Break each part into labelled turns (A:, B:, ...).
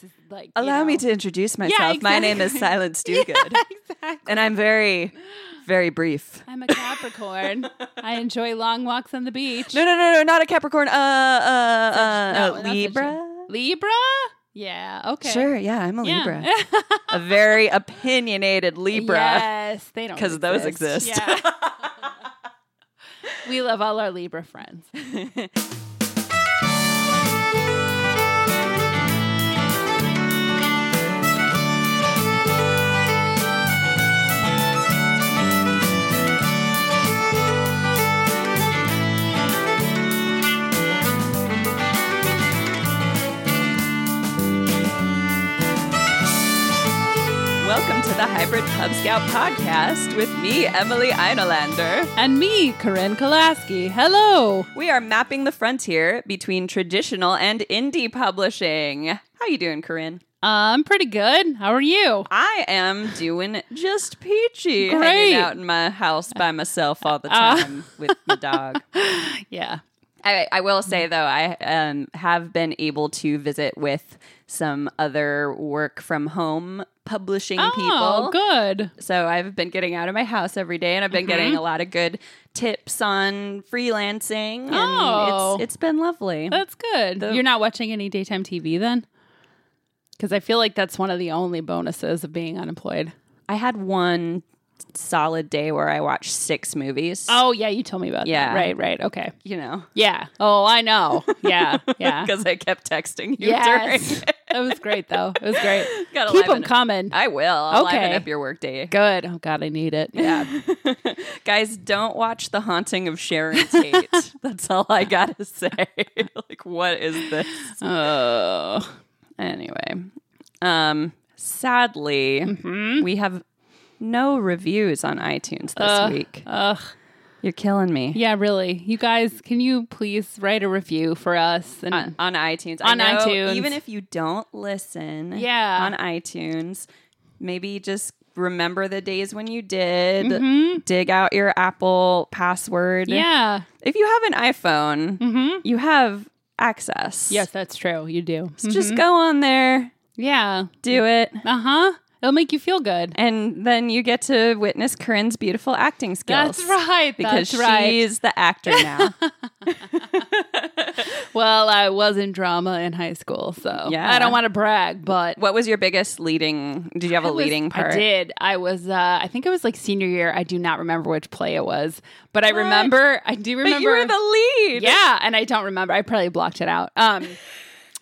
A: to, like you
B: Allow me
A: know-
B: to introduce myself. My name is
A: exactly.
B: Silence
A: Yeah,
B: Duguid,
A: exactly.
B: and I'm very, very brief.
A: I'm a Capricorn. I enjoy long walks on the beach. Oh,
B: No, no, no, no, not a Capricorn. Uh, uh,
A: No,
B: uh,
A: not
B: Libra.
A: Libra? Yeah. Okay.
B: Sure, yeah, I'm a
A: Yeah.
B: Libra. a very opinionated Libra.
A: Yes, they don't
B: 'Cause those exist.
A: Yeah. we love all our Libra friends.
B: Welcome to the Hybrid Cub Scout podcast with me, Emily Einolander.
A: And me, Corinne Kolaski. Hello.
B: We are mapping the frontier between traditional and indie publishing. How you doing, Corinne?
A: I'm pretty good. How are you?
B: I am doing just peachy,
A: Great. Uh,
B: hanging out in my house by myself all the time with my dog.
A: Yeah.
B: I, I will say though, I um, have been able to visit with some other work from home publishing
A: Oh,
B: people.
A: good.
B: So I've been getting out of my house every day, and I've been getting
A: Mm-hmm.
B: a lot of good tips on freelancing. And
A: Oh.
B: it's, it's been lovely.
A: That's good. You're not watching any daytime TV then? Because I feel like that's one of the only bonuses of being unemployed.
B: I had one solid day where I watched six movies.
A: Oh, yeah. You told me about
B: Yeah.
A: that. Right, right. Okay.
B: You know,
A: Yeah. Oh, I know. Yeah. Yeah.
B: because I kept texting you
A: yes.
B: during.
A: it was great, though. It was great.
B: Gotta
A: Keep
B: liven
A: them
B: it.
A: coming.
B: I will. I'll liven
A: Okay.
B: up your workday.
A: Good. Oh God, I need it. Yeah.
B: Guys, don't watch The Haunting of Sharon Tate. That's all I gotta say. like, what is this?
A: oh.
B: Anyway, um, sadly,
A: Mm-hmm.
B: we have no reviews on iTunes this week.
A: Ugh.
B: You're killing me.
A: Yeah, really. You guys, can you please write a review for us? And
B: On, on iTunes.
A: Mm. On
B: I know,
A: iTunes.
B: Even if you don't listen
A: Yeah.
B: on iTunes, maybe just remember the days when you did. Dig out your Apple password.
A: Mm-hmm. yeah. Mm-hmm.
B: If you have an iPhone, you have access.
A: Yes, Mm-hmm. that's true. You do. Hmm.
B: So Just go on there,
A: Yeah.
B: do it,
A: Uh huh. It'll make you feel good.
B: and then you get to witness Corinne's beautiful acting skills.
A: That's right.
B: Because
A: That's right.
B: she's the actor now.
A: Well, I was in drama in high school, so
B: Yeah.
A: I don't want to brag, but
B: what was your biggest leading? Did you have a
A: I was-
B: leading part?
A: I did. I was. Uh, I think it was like senior year. I do not remember which play it was, but I remember. I do remember.
B: But you were the lead.
A: Yeah, and I don't remember. I probably blocked it out. Um,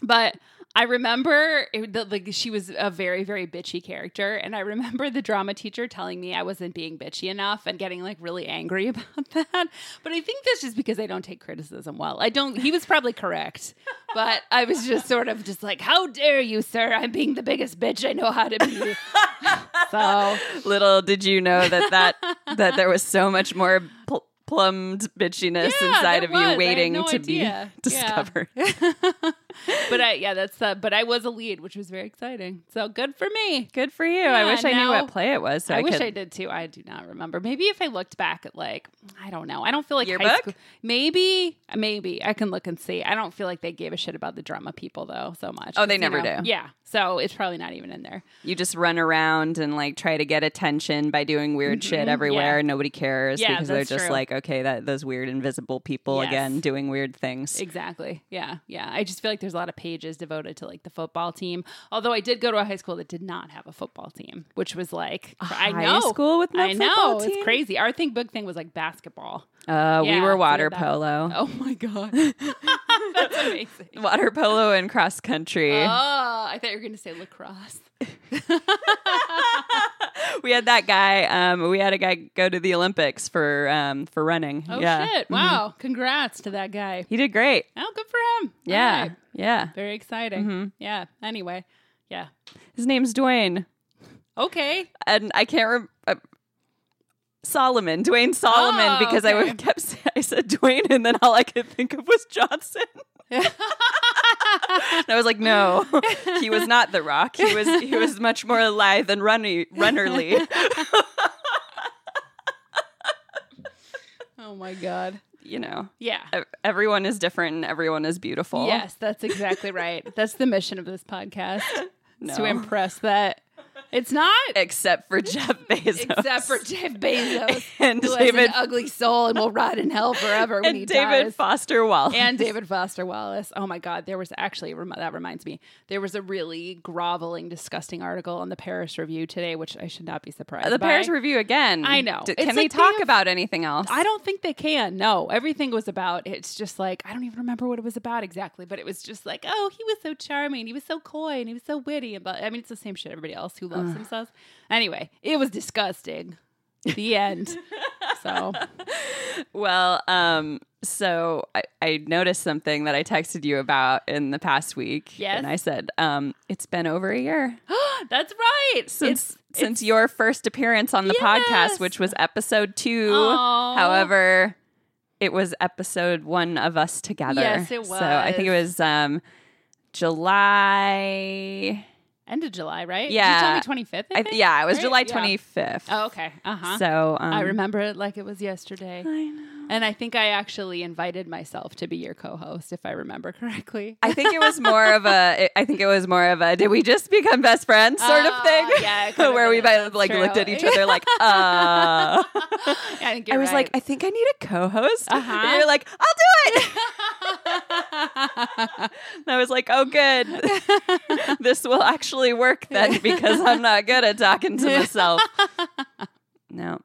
A: but I remember it, the, like she was a very very bitchy character, and I remember the drama teacher telling me I wasn't being bitchy enough and getting like really angry about that. But I think that's just because I don't take criticism well. I don't. He was probably correct, but I was just sort of just like, "How dare you, sir? I'm being the biggest bitch I know how to be." so
B: Little did you know that that that there was so much more pl- plumbed bitchiness
A: Yeah,
B: inside
A: there
B: of
A: was. I
B: you
A: had
B: waiting
A: no
B: to
A: idea.
B: be
A: Yeah.
B: discovered.
A: but I, yeah, that's uh, but I was a lead, which was very exciting. So good for me.
B: Good for you.
A: Yeah,
B: I wish I knew
A: now-
B: what play it was. So I,
A: I, wish
B: could,
A: I did too. I do not remember. Maybe if I looked back at like I don't know. I don't feel like high
B: Yearbook?
A: school. Maybe maybe I can look and see. I don't feel like they gave a shit about the drama people though so much.
B: Oh, they
A: 'Cause,
B: never
A: you know,
B: do.
A: Yeah, so it's probably not even in there.
B: You just run around and like try to get attention by doing weird shit everywhere.
A: Mm-hmm, yeah.
B: and Nobody cares
A: Yeah,
B: because they're
A: that's
B: just
A: true.
B: like, okay, that those weird invisible people
A: Yes.
B: again doing weird things.
A: Exactly. Yeah, yeah. I just feel like there's a lot of pages devoted to like the football team. Although I did go to a high school that did not have a football team, which was like I
B: high
A: know
B: school with no
A: I know
B: football team?
A: it's crazy. Our thing big thing was like basketball.
B: Uh, we
A: Yeah,
B: were
A: so
B: water
A: that-
B: polo,
A: Oh my god, that's amazing.
B: water polo and cross country.
A: Oh, I thought you were going to say lacrosse.
B: we had that guy. Um, we had a guy go to the Olympics for um, for running.
A: Oh
B: yeah. Mm-hmm.
A: shit! Wow, congrats to that guy.
B: He did great.
A: Oh, good for him. All
B: Yeah, Mm-hmm.
A: right.
B: yeah.
A: very exciting. Yeah. Anyway, yeah.
B: His name's Dwayne,
A: Okay.
B: and I can't remember. Uh, Solomon, Dwayne Solomon,
A: Oh,
B: because I
A: okay.
B: would- kept sa- I said Dwayne, and then all I could think of was Johnson. and I was like, no, he was not the Rock. He was he was much more lithe and runny, runnerly.
A: Oh my god.
B: you know,
A: Yeah.
B: ev- everyone is different and everyone is beautiful.
A: Yes, that's exactly right. that's the mission of this podcast
B: No.
A: to impress that. It's not
B: Except for Jeff Bezos.
A: except for Jeff Bezos,
B: And
A: who has
B: David-
A: an ugly soul and will rot in hell forever when he
B: and David
A: dies.
B: Foster Wallace.
A: and David Foster Wallace. Oh my God, there was actually rem- that reminds me. There was a really groveling, disgusting article in the Paris Review today, which I should not be surprised.
B: the
A: by.
B: Paris Review again.
A: I know.
B: D-
A: It's
B: can they
A: like they
B: talk
A: have-
B: about anything else?
A: I don't think they can. No, everything was about. It's just like I don't even remember what it was about exactly, but it was just like, oh, he was so charming, he was so coy, and he was so witty. And but I mean, it's the same shit everybody else who loves themselves. Anyway, it was disgusting. The end. so
B: Well, um, so I, I noticed something that I texted you about in the past week.
A: Yes.
B: And I said, um, it's been over a year
A: that's right.
B: since
A: It's-
B: since your first appearance on the
A: Yes.
B: podcast, which was episode two.
A: Aw.
B: However, it was episode one of us together.
A: Yes, it
B: So I think it was um July.
A: end of July, right?
B: Yeah.
A: you tell me 25th. I
B: I
A: think?
B: th- yeah, it was
A: right?
B: July
A: Yeah.
B: 25th.
A: Oh, okay. Uh huh.
B: So um,
A: I remember it like it was yesterday.
B: I know.
A: And I think I actually invited myself to be your co-host, if I remember correctly.
B: I think it was more of a. I think it was more of a. Did we just become best friends sort of
A: Uh,
B: thing?
A: yeah, it could've
B: where we
A: been.
B: might have, like
A: True.
B: looked at each other like, uh.
A: I think
B: I
A: you're
B: was like,
A: right.
B: I think I need a co-host.
A: Uh-huh.
B: And you're like, I'll do it. and I was like, oh, good. this will actually work then because I'm not good at talking to myself. no,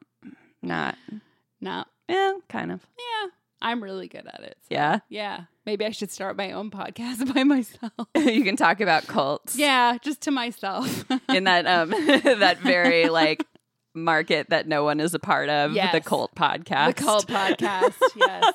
B: not.
A: no,
B: Yeah, kind of.
A: yeah, I'm really good at it. so,
B: Yeah,
A: yeah. Maybe I should start my own podcast by myself.
B: you can talk about cults.
A: yeah, just to myself.
B: in that um that very like market that no one is a part of the
A: Yes.
B: cult
A: the
B: podcast
A: cult podcast. Yes.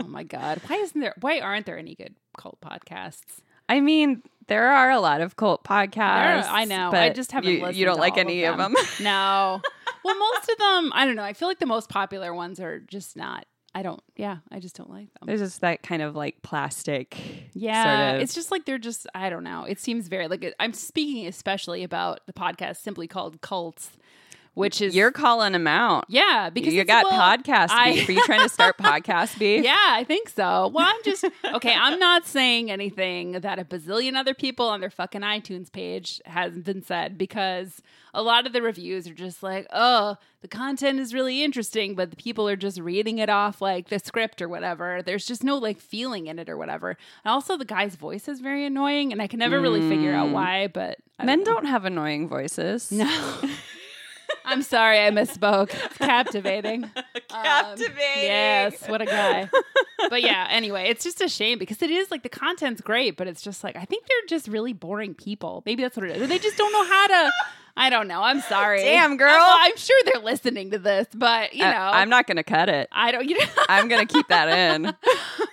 A: Oh my god, why isn't there? Why aren't there any good cult podcasts?
B: i mean there are a lot of cult podcasts
A: There- I know. I
B: but
A: just haven't.
B: you,
A: listened
B: you don't
A: to
B: like
A: all
B: any of them,
A: no. Well, most of them. I don't know. I feel like the most popular ones are just not. I don't. Yeah, I just don't like them.
B: there's just that kind of like plastic
A: Yeah,
B: sort of,
A: it's just like they're just I don't know. It seems very like I'm speaking especially about the podcast simply called Cults, which is
B: you're calling them out
A: yeah because
B: you
A: it's-
B: got
A: well,
B: podcast
A: I-
B: beef are you trying to start podcast beef
A: Yeah, I think so. Well, I'm just okay. I'm not saying anything that a bazillion other people on their fucking iTunes page hasn't been said because a lot of the reviews are just like, oh, the content is really interesting, but the people are just reading it off like the script or whatever. There's just no like feeling in it or whatever. And also, the guy's voice is very annoying, and I can never really figure out why. But I
B: men
A: know.
B: don't have annoying voices
A: No. Um, I'm sorry, I misspoke. It's captivating.
B: captivating
A: Yes, what a guy. but yeah, anyway, it's just a shame because it is like the content's great, but it's just like I think they're just really boring people. Maybe that's what it is. Or They just don't know how to. I don't know. I'm sorry.
B: Damn, girl.
A: I'm, I'm sure they're listening to this, but you know,
B: I- i'm not gonna cut it
A: I don't. You know,
B: i'm gonna keep that in
A: well,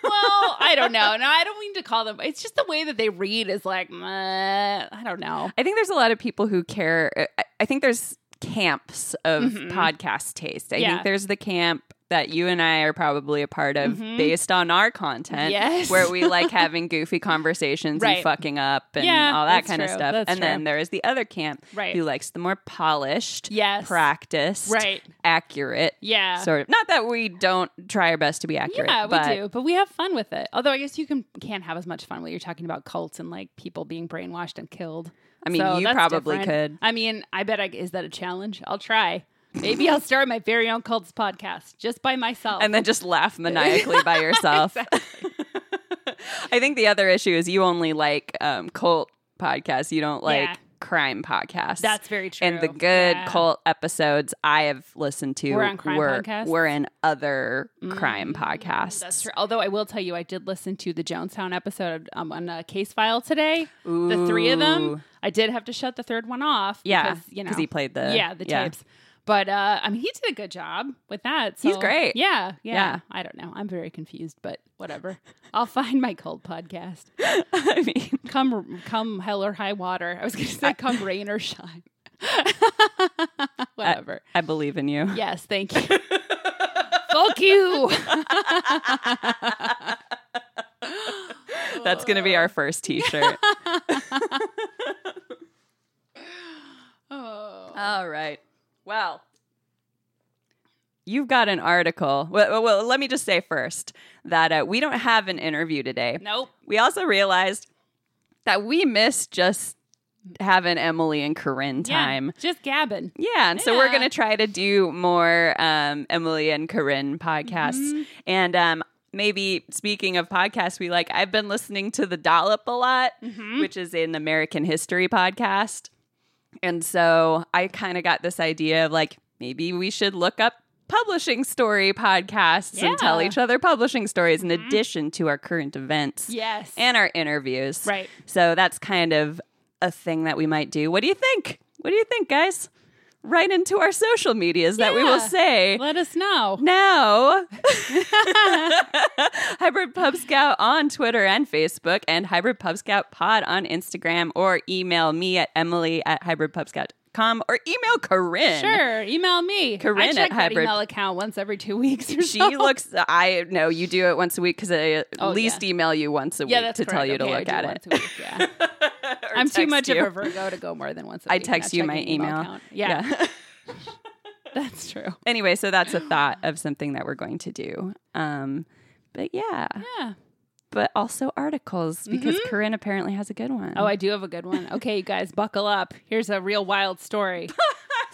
A: I don't know. No, I don't mean to call them. It's just the way that they read is like, meh, I don't know.
B: I think there's a lot of people who care. uh, I, I think there's camps of podcast taste. I
A: Mm-hmm. Yeah.
B: think there's the camp that you and I are probably a part of
A: Mhm.
B: based on our content,
A: Yes.
B: where we like having goofy conversations
A: Right.
B: and fucking up and
A: Yeah,
B: all that
A: that's
B: kind of
A: true.
B: stuff.
A: That's
B: and then
A: true.
B: there is the other camp
A: Right.
B: who likes the more polished,
A: Yes.
B: practiced,
A: Right.
B: accurate
A: Yeah.
B: sort of. Not that we don't try our best to be accurate,
A: Yeah, we
B: but
A: do, but we have fun with it. Although I guess you can can't have as much fun when you're talking about cults and like people being brainwashed and killed.
B: I mean,
A: So
B: you
A: that's
B: probably
A: different.
B: could.
A: I mean, I bet I is that a challenge? I'll try. Maybe I'll start my very own cults podcast just by myself.
B: and then just laugh maniacally by yourself. I think the other issue is you only like um, cult podcasts. You don't like
A: Yeah.
B: crime podcasts.
A: that's very true.
B: and the good
A: Yeah.
B: cult episodes I have listened to
A: Were on crime
B: were,
A: podcasts? Mm,
B: were in other crime podcasts.
A: That's true. Although I will tell you, I did listen to the Jonestown episode um, on uh, Case File today. The three of
B: Ooh.
A: them. I did have to shut the third one off.
B: Yeah,
A: because, you know,
B: he played the
A: yeah the tapes. But uh, I mean, he did a good job with that.
B: He's
A: so-
B: great.
A: Yeah, yeah,
B: Yeah.
A: I don't know. I'm very confused, but whatever. I'll find my cold podcast.
B: I mean,
A: Come, come hell or high water. I was going to say come rain or shine. whatever.
B: I believe in you.
A: Yes, thank you. Fuck you.
B: That's going to be our first T-shirt.
A: Oh.
B: All right. Well, you've got an article. Well, well let me just say first that uh, we don't have an interview today.
A: Nope.
B: We also realized that we missed just having Emily and Corinne time.
A: Yeah, just gabbing.
B: Yeah, and so we're
A: Yeah.
B: going to try to do more um, Emily and Corinne podcasts.
A: Mm-hmm.
B: And um, maybe speaking of podcasts, we like, I've been listening to The Dollop a lot,
A: Mm-hmm.
B: which is an American history podcast. And so I kind of got this idea of like, maybe we should look up publishing story podcasts and
A: Yeah.
B: tell
A: Mm-hmm.
B: each other publishing stories in addition to our current events
A: Yes.
B: and our interviews.
A: Right.
B: So that's kind of a thing that we might do. What do you think? What do you think, guys? Right into our social medias that we will
A: Yeah.
B: say.
A: Let us know.
B: now, Hybrid Pub Scout on Twitter and Facebook, and Hybrid Pub Scout Pod on Instagram, or email me at Emily at hybridpubscout.com, or email Corinne.
A: Sure. Email me.
B: Corinne
A: I
B: at
A: check that
B: Hybrid-
A: email account once every two weeks or
B: She
A: so.
B: looks. I know you do it once a week because I at
A: Oh,
B: least email you once a
A: yeah,
B: week
A: that's
B: to tell
A: correct.
B: you to
A: Okay, I
B: look
A: do
B: at it.
A: once a week, yeah.
B: Or
A: I'm too
B: text
A: much
B: you.
A: of a Virgo to go more than once a
B: I
A: week.
B: text
A: Not
B: you my
A: checking
B: email.
A: account. Yeah, that's true.
B: anyway, so that's a thought of something that we're going to do. Um, but yeah,
A: Yeah. Mm-hmm.
B: but also articles because Corinne apparently has a good one.
A: Oh, I do have a good one. Okay, you guys, buckle up. Here's a real wild story.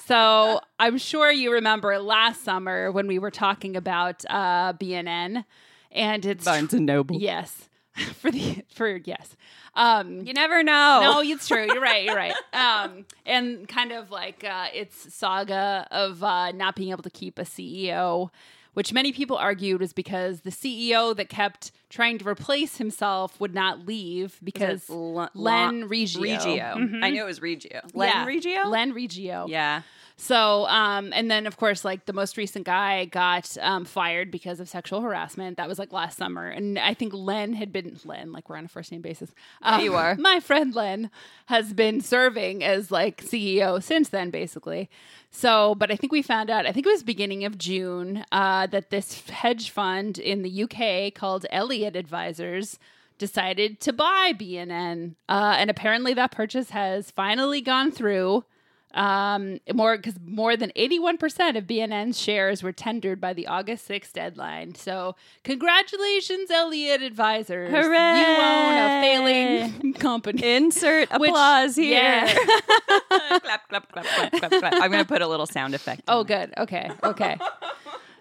A: so I'm sure you remember last summer when we were talking about uh, BNN, and it's
B: Barnes and Noble.
A: yes for the for yes. Um,
B: You never know.
A: no, it's true. You're right. You're right. Um, and kind of like uh, its saga of uh, not being able to keep a CEO, which many people argued was because the CEO that kept trying to replace himself would not leave because
B: L-
A: Len
B: Lo-
A: Reggio.
B: Reggio. I knew it was Reggio. Len
A: Yeah,
B: Reggio?
A: Len Reggio.
B: Yeah.
A: So, um, and then of course, like the most recent guy got um, fired because of sexual harassment. That was like last summer, and I think Len had been Len, like we're on a first name basis. Um,
B: you are.
A: My friend Len has been serving as like CEO since then, basically. So, but I think we found out. I think it was beginning of June uh, that this hedge fund in the UK called Elliott Advisors decided to buy BNN, uh, and apparently that purchase has finally gone through. Um, more because more than 81% of BNN's shares were tendered by the August 6th deadline. So, congratulations, Elliott Advisors. You own a failing company.
B: Insert
A: Which-
B: applause here.
A: yeah.
B: clap, clap, clap, clap, clap, clap. I'm going to put a little sound effect.
A: Oh, good. Okay. Okay.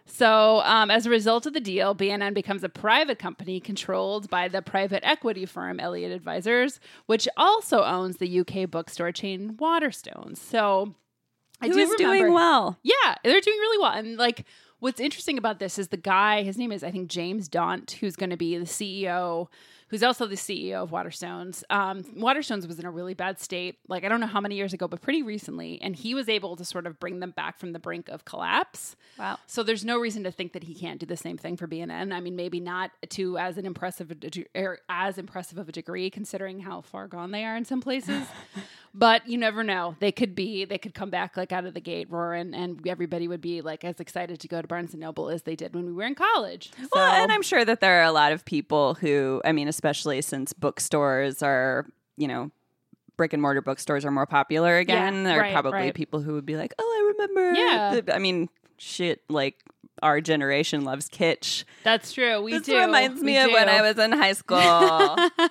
A: so, um, as a result of the deal, BNN becomes a private company controlled by the private equity firm Elliott Advisors, which also owns the UK bookstore chain Waterstones. So, I
B: Who
A: do
B: is doing
A: remember-
B: well?
A: Yeah, they're doing really well. And like what's interesting about this is the guy, his name is I think James Daunt, who's going to be the CEO, who's also the CEO of Waterstones. Um, Waterstones was in a really bad state, like I don't know how many years ago, but pretty recently, and he was able to sort of bring them back from the brink of collapse.
B: Wow.
A: So there's no reason to think that he can't do the same thing for BNN. I mean, maybe not to as an impressive a deg- er, as impressive of a degree, considering how far gone they are in some places. but you never know; they could be they could come back like out of the gate roaring, and everybody would be like as excited to go to Barnes and Noble as they did when we were in college. So,
B: Well, and I'm sure that there are a lot of people who, I mean, especially since bookstores are, you know, brick and mortar bookstores are more popular again, there are
A: right,
B: probably
A: right.
B: people who would be like, oh, I remember.
A: Yeah.
B: the-" I mean, shit, like our generation loves kitsch.
A: that's true. We
B: This
A: do.
B: reminds me
A: We
B: of when
A: do.
B: I was in high school. Oh,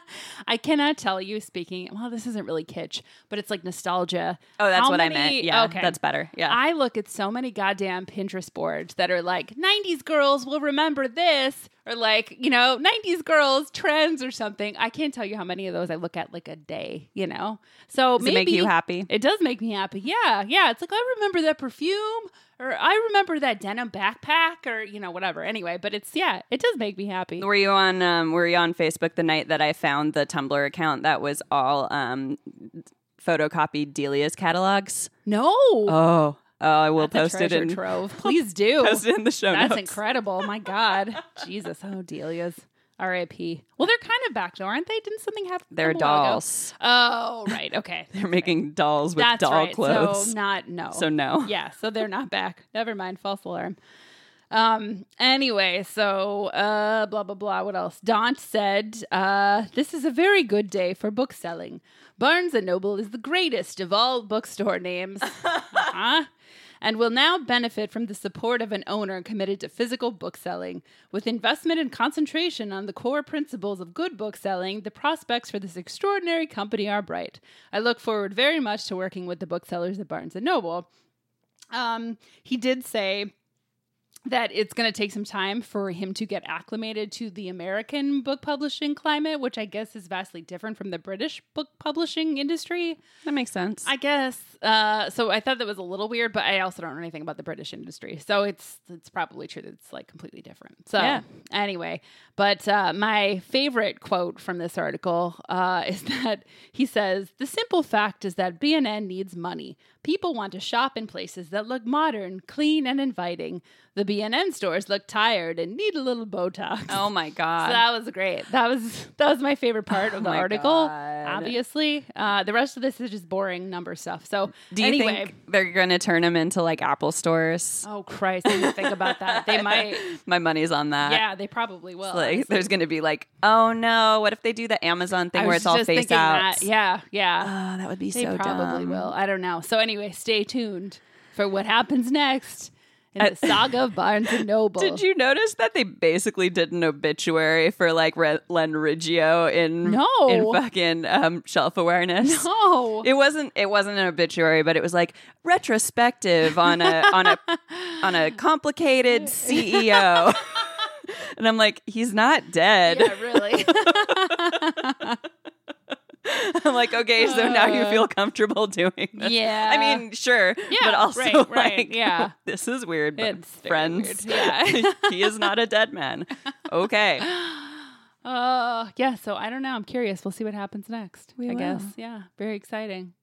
A: I cannot tell you speaking. Well, this isn't really kitsch, but it's like nostalgia.
B: oh, that's
A: How
B: what I
A: many-
B: meant. Yeah,
A: okay. Uh,
B: that's better. Yeah.
A: I look at so many goddamn Pinterest boards that are like 90s girls will remember this or like, you know, 90s girls trends or something. I can't tell you how many of those I look at like a day, you know. So
B: Does it
A: maybe
B: make you happy?
A: It does make me happy. Yeah. Yeah, it's like I remember that perfume or I remember that denim backpack or you know whatever. Anyway, but it's yeah, it does make me happy.
B: Were you on um, Were you on Facebook the night that I found the Tumblr account that was all um, photocopied Delia's catalogs?
A: No.
B: Oh, oh, I will
A: That's a
B: post it
A: treasure
B: in
A: trove. Please do.
B: post it in the show
A: That's
B: notes.
A: incredible. My God. Jesus. Oh, Delia's. R.I.P. Well, they're kind of back, though, aren't they? Didn't something happen? to
B: They're
A: them a while ago?
B: dolls.
A: Oh, right. Okay.
B: They're making dolls with
A: That's
B: doll
A: right.
B: clothes.
A: So, not, no.
B: So no.
A: yeah. So they're not back. Never mind. False alarm. Um, anyway, so uh blah blah blah. What else? Daunt said, uh, this is a very good day for book selling. Barnes and Noble is the greatest of all bookstore names. uh-huh. and will now benefit from the support of an owner committed to physical bookselling. With investment and concentration on the core principles of good bookselling, the prospects for this extraordinary company are bright. I look forward very much to working with the booksellers at Barnes & Noble. Um, he did say that it's going to take some time for him to get acclimated to the American book publishing climate, which I guess is vastly different from the British book publishing industry.
B: That makes sense.
A: I guess. Uh, so I thought that was a little weird, but I also don't know anything about the British industry, so it's it's probably true that it's like completely different. So
B: Yeah.
A: anyway, but uh, my favorite quote from this article uh, is that he says the simple fact is that BNN needs money. People want to shop in places that look modern, clean, and inviting. The BNN stores look tired and need a little Botox.
B: oh my god.
A: So that was great. That was that was my favorite part of the
B: Oh my
A: article.
B: God.
A: Obviously, uh, the rest of this is just boring number stuff. So
B: Do you
A: anyway,
B: think they're going to turn them into like Apple stores?
A: oh Christ, I didn't think about that. They might.
B: My money's on that.
A: Um, Yeah, they probably will.
B: Like, there's going to be like, oh no, what if they do the Amazon thing where it's all face out?
A: that. Yeah, yeah.
B: Oh, that would be
A: they
B: so
A: probably
B: dumb.
A: will. I don't know. So anyway, stay tuned for what happens next in the saga of Barnes and Noble.
B: Uh, Did you notice that they basically did an obituary for like Re- Len Riggio in
A: No.
B: in fucking um, shelf awareness?
A: No.
B: It wasn't. It wasn't an obituary, but it was like retrospective on a on a on a complicated CEO. and I'm like, he's not dead.
A: yeah, really.
B: I'm like, okay, so now you
A: Uh,
B: feel comfortable doing this.
A: yeah.
B: I mean, sure.
A: Yeah,
B: But also,
A: right, right,
B: like,
A: yeah.
B: This is weird, but
A: It's very
B: friends.
A: weird, yeah.
B: he is not a dead man. Okay.
A: Uh, yeah. So I don't know. I'm curious. We'll see what happens next.
B: We
A: I guess.
B: will.
A: Yeah. Very exciting.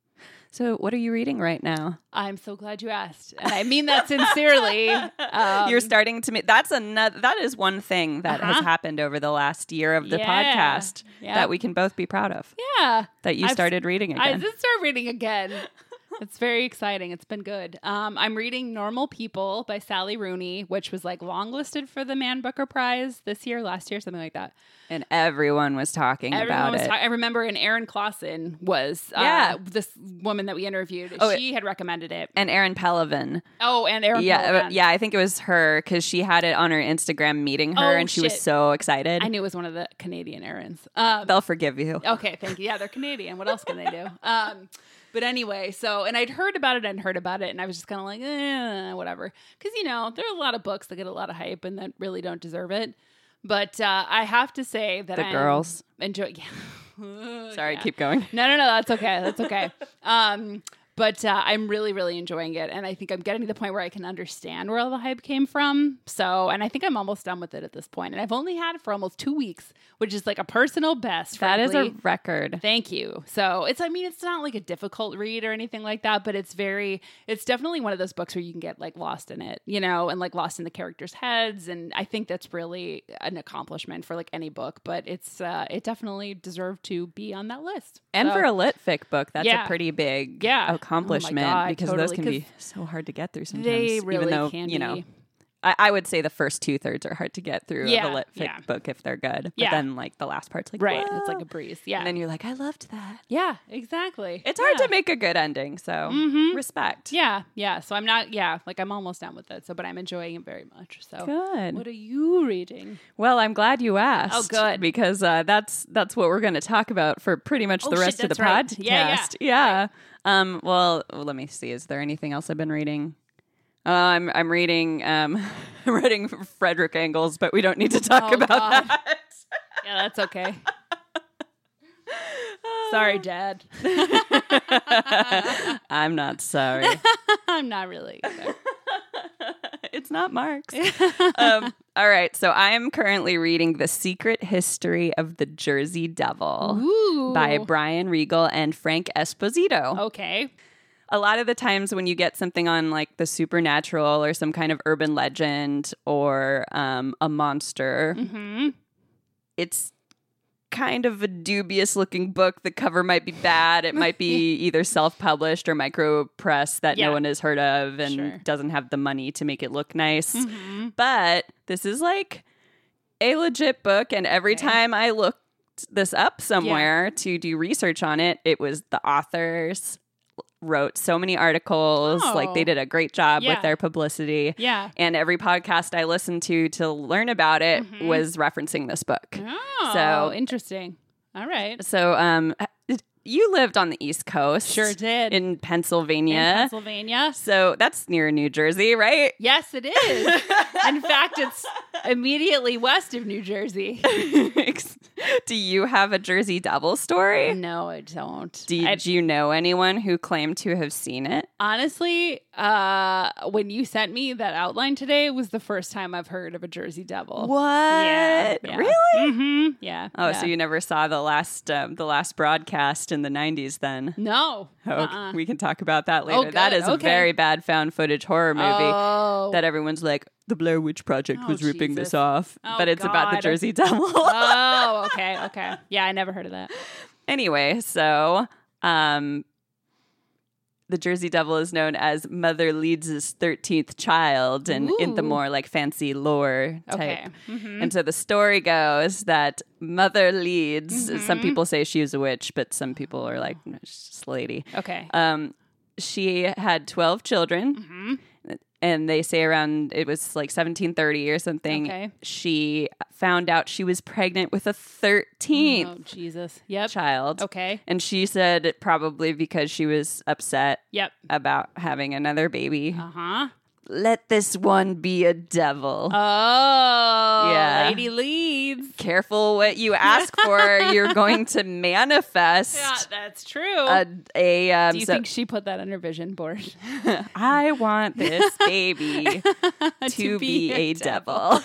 B: So, what are you reading right now?
A: I'm so glad you asked, and I mean that sincerely. Um,
B: You're starting to meet. That's another. That is one thing that has
A: Uh-huh.
B: happened over the last year of the
A: Yeah.
B: podcast
A: Yeah.
B: that we can both be proud of.
A: yeah.
B: That you
A: I've-
B: started reading
A: I
B: again.
A: did start reading again. It's very exciting. It's been good. Um, I'm reading Normal People by Sally Rooney, which was like longlisted for the Man Booker Prize this year, last year, something like that.
B: and everyone was talking
A: Everyone
B: about
A: was
B: it.
A: ta- I remember, and Erin Clausen was uh,
B: Yeah.
A: this woman that we interviewed.
B: Oh, it-
A: she had recommended it.
B: and Erin Pelevin.
A: Oh, and Erin.
B: Yeah, uh,
A: Pelivan.
B: yeah, I think it was her because she had it on her Instagram meeting her,
A: Oh,
B: and she was
A: shit.
B: so excited.
A: I knew it was one of the Canadian errands. Um,
B: They'll forgive you.
A: okay, thank you. Yeah, they're Canadian. What else can they do? Um, but anyway, so and I'd heard about it and heard about it, and I was just kind of like, eh, whatever, because you know there are a lot of books that get a lot of hype and that really don't deserve it. But uh, I have to say that
B: The
A: I'm
B: girls.
A: enjoy. Yeah.
B: Sorry,
A: Yeah.
B: keep going.
A: No, no, no. That's okay. That's okay. um, but uh, I'm really, really enjoying it, and I think I'm getting to the point where I can understand where all the hype came from. So, and I think I'm almost done with it at this point, and I've only had it for almost two weeks, which is like a personal best.
B: That is a
A: frankly.
B: record.
A: Thank you. So it's, I mean, it's not like a difficult read or anything like that, but it's very, it's definitely one of those books where you can get like lost in it, you know, and like lost in the characters' heads. And I think that's really an accomplishment for like any book, but it's, uh, it definitely deserved to be on that list.
B: And
A: So-
B: for a lit fic book, that's
A: Yeah.
B: a pretty big
A: Yeah. Oh my
B: accomplishment
A: God,
B: because those
A: totally,
B: can be so hard to get through sometimes.
A: they really
B: even though,
A: can
B: you know,
A: be.
B: I, I would say the first two thirds are hard to get through
A: Yeah,
B: of a lit fic
A: yeah.
B: book if they're good. But
A: Yeah.
B: then, like, the last part's like,
A: right.
B: "Whoa."
A: It's like a breeze. Yeah.
B: And then you're like, I loved that.
A: yeah, exactly.
B: It's
A: Yeah. Mm-hmm.
B: hard to make a good ending. So, respect.
A: Yeah. Yeah. So I'm not, yeah, like I'm almost done with it. So, but I'm enjoying it very much. So,
B: Good.
A: what are you reading?
B: Well, I'm glad you asked.
A: Oh, good.
B: because uh, that's that's what we're going to talk about for pretty much
A: Oh,
B: the
A: shit,
B: rest of
A: that's
B: the
A: right.
B: podcast.
A: Yeah, yeah.
B: Yeah. Um, well, let me see. Is there anything else I've been reading? Uh, I'm I'm reading um, I'm reading Frederick Engels, but we don't need to talk
A: Oh,
B: about
A: God.
B: that.
A: Yeah, that's okay. Sorry, Dad.
B: I'm not sorry.
A: I'm not really. either.
B: it's not Marx. um, all right, so I am currently reading The Secret History of the Jersey Devil.
A: Ooh.
B: by Brian Regal and Frank Esposito.
A: Okay.
B: A lot of the times when you get something on like the supernatural or some kind of urban legend or um, a monster,
A: Mm-hmm.
B: it's kind of a dubious looking book. The cover might be bad. It might be either self published or micro press that
A: Yeah.
B: no one has heard of and
A: Sure.
B: doesn't have the money to make it look nice.
A: Mm-hmm.
B: But this is like a legit book, and every
A: Okay.
B: time I looked this up somewhere to do research on it, it was the author's wrote so many articles. Like they
A: Oh.
B: did a great job
A: Yeah.
B: with their publicity.
A: Yeah.
B: And every podcast I listened to to learn about it
A: Mhm.
B: was referencing this book.
A: Oh,
B: So-
A: interesting. All right.
B: So, um, you lived on the East Coast,
A: Sure did.
B: in Pennsylvania.
A: In Pennsylvania.
B: So that's near New Jersey, right?
A: Yes, it is. In fact, it's immediately west of New Jersey.
B: Do you have a Jersey Devil story?
A: No, I don't.
B: Did
A: I-
B: you know anyone who claimed to have seen it?
A: honestly, uh, when you sent me that outline today, was the first time I've heard of a Jersey Devil.
B: What?
A: Yeah, yeah.
B: Really?
A: hmm Yeah.
B: Oh,
A: yeah.
B: so you never saw the last um, the last broadcast in the '90s? Then
A: No.
B: oh,
A: Uh-uh.
B: we can talk about that later. that
A: Oh, good.
B: is a
A: Okay.
B: very bad found footage horror movie
A: Oh.
B: that everyone's like, "The Blair Witch Project
A: Oh,
B: was ripping
A: Jesus.
B: this off,"
A: Oh,
B: but it's about the
A: God.
B: Jersey Devil.
A: oh, okay, okay. Yeah, I never heard of that.
B: anyway, so um, the Jersey Devil is known as Mother Leeds' thirteenth child, and in the
A: Ooh.
B: more like fancy lore type.
A: Okay. Mhm.
B: And so the story goes that Mother Leeds,
A: Mm-hmm.
B: some people say she was a witch, but some people are like, no, she's just a lady.
A: Okay.
B: Um, she had 12 children,
A: Mm-hmm.
B: and they say around it was like 1730 or something.
A: Okay.
B: She found out she was pregnant with a 13th
A: Oh, Jesus. Yep.
B: child.
A: Okay.
B: And she said it probably because she was upset
A: Yep.
B: about having another baby.
A: Uh huh.
B: Let this one be a devil.
A: Uh, Oh,
B: Yeah.
A: Lady Leeds.
B: careful what you ask for. You're going to
A: Yeah,
B: manifest
A: that's true.
B: a. a um,
A: Do you
B: so-
A: think she put that on her vision board
B: I want this baby to, be, a devil.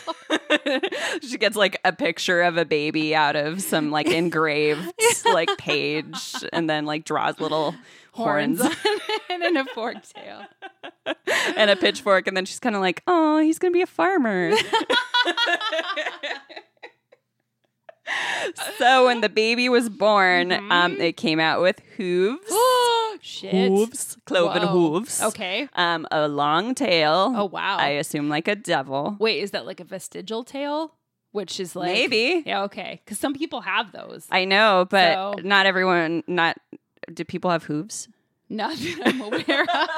B: she gets like a picture of a baby out of some like engraved like page, and then like draws little
A: Horns
B: horns
A: on it and then a forked tail.
B: and a pitchfork, and then she's kind of like, "Oh, he's gonna be a farmer." so when the baby was born,
A: Mm-hmm.
B: um, it came out with hooves,
A: Shit.
B: hooves, cloven
A: Whoa.
B: hooves.
A: Okay.
B: um, a long tail.
A: Oh wow.
B: I assume like a devil.
A: Wait, is that like a vestigial tail? Which is like
B: Maybe
A: Yeah. Okay. Because some people have those.
B: I know, but
A: So-
B: not everyone. Not do people have hooves?
A: Not that I'm aware of.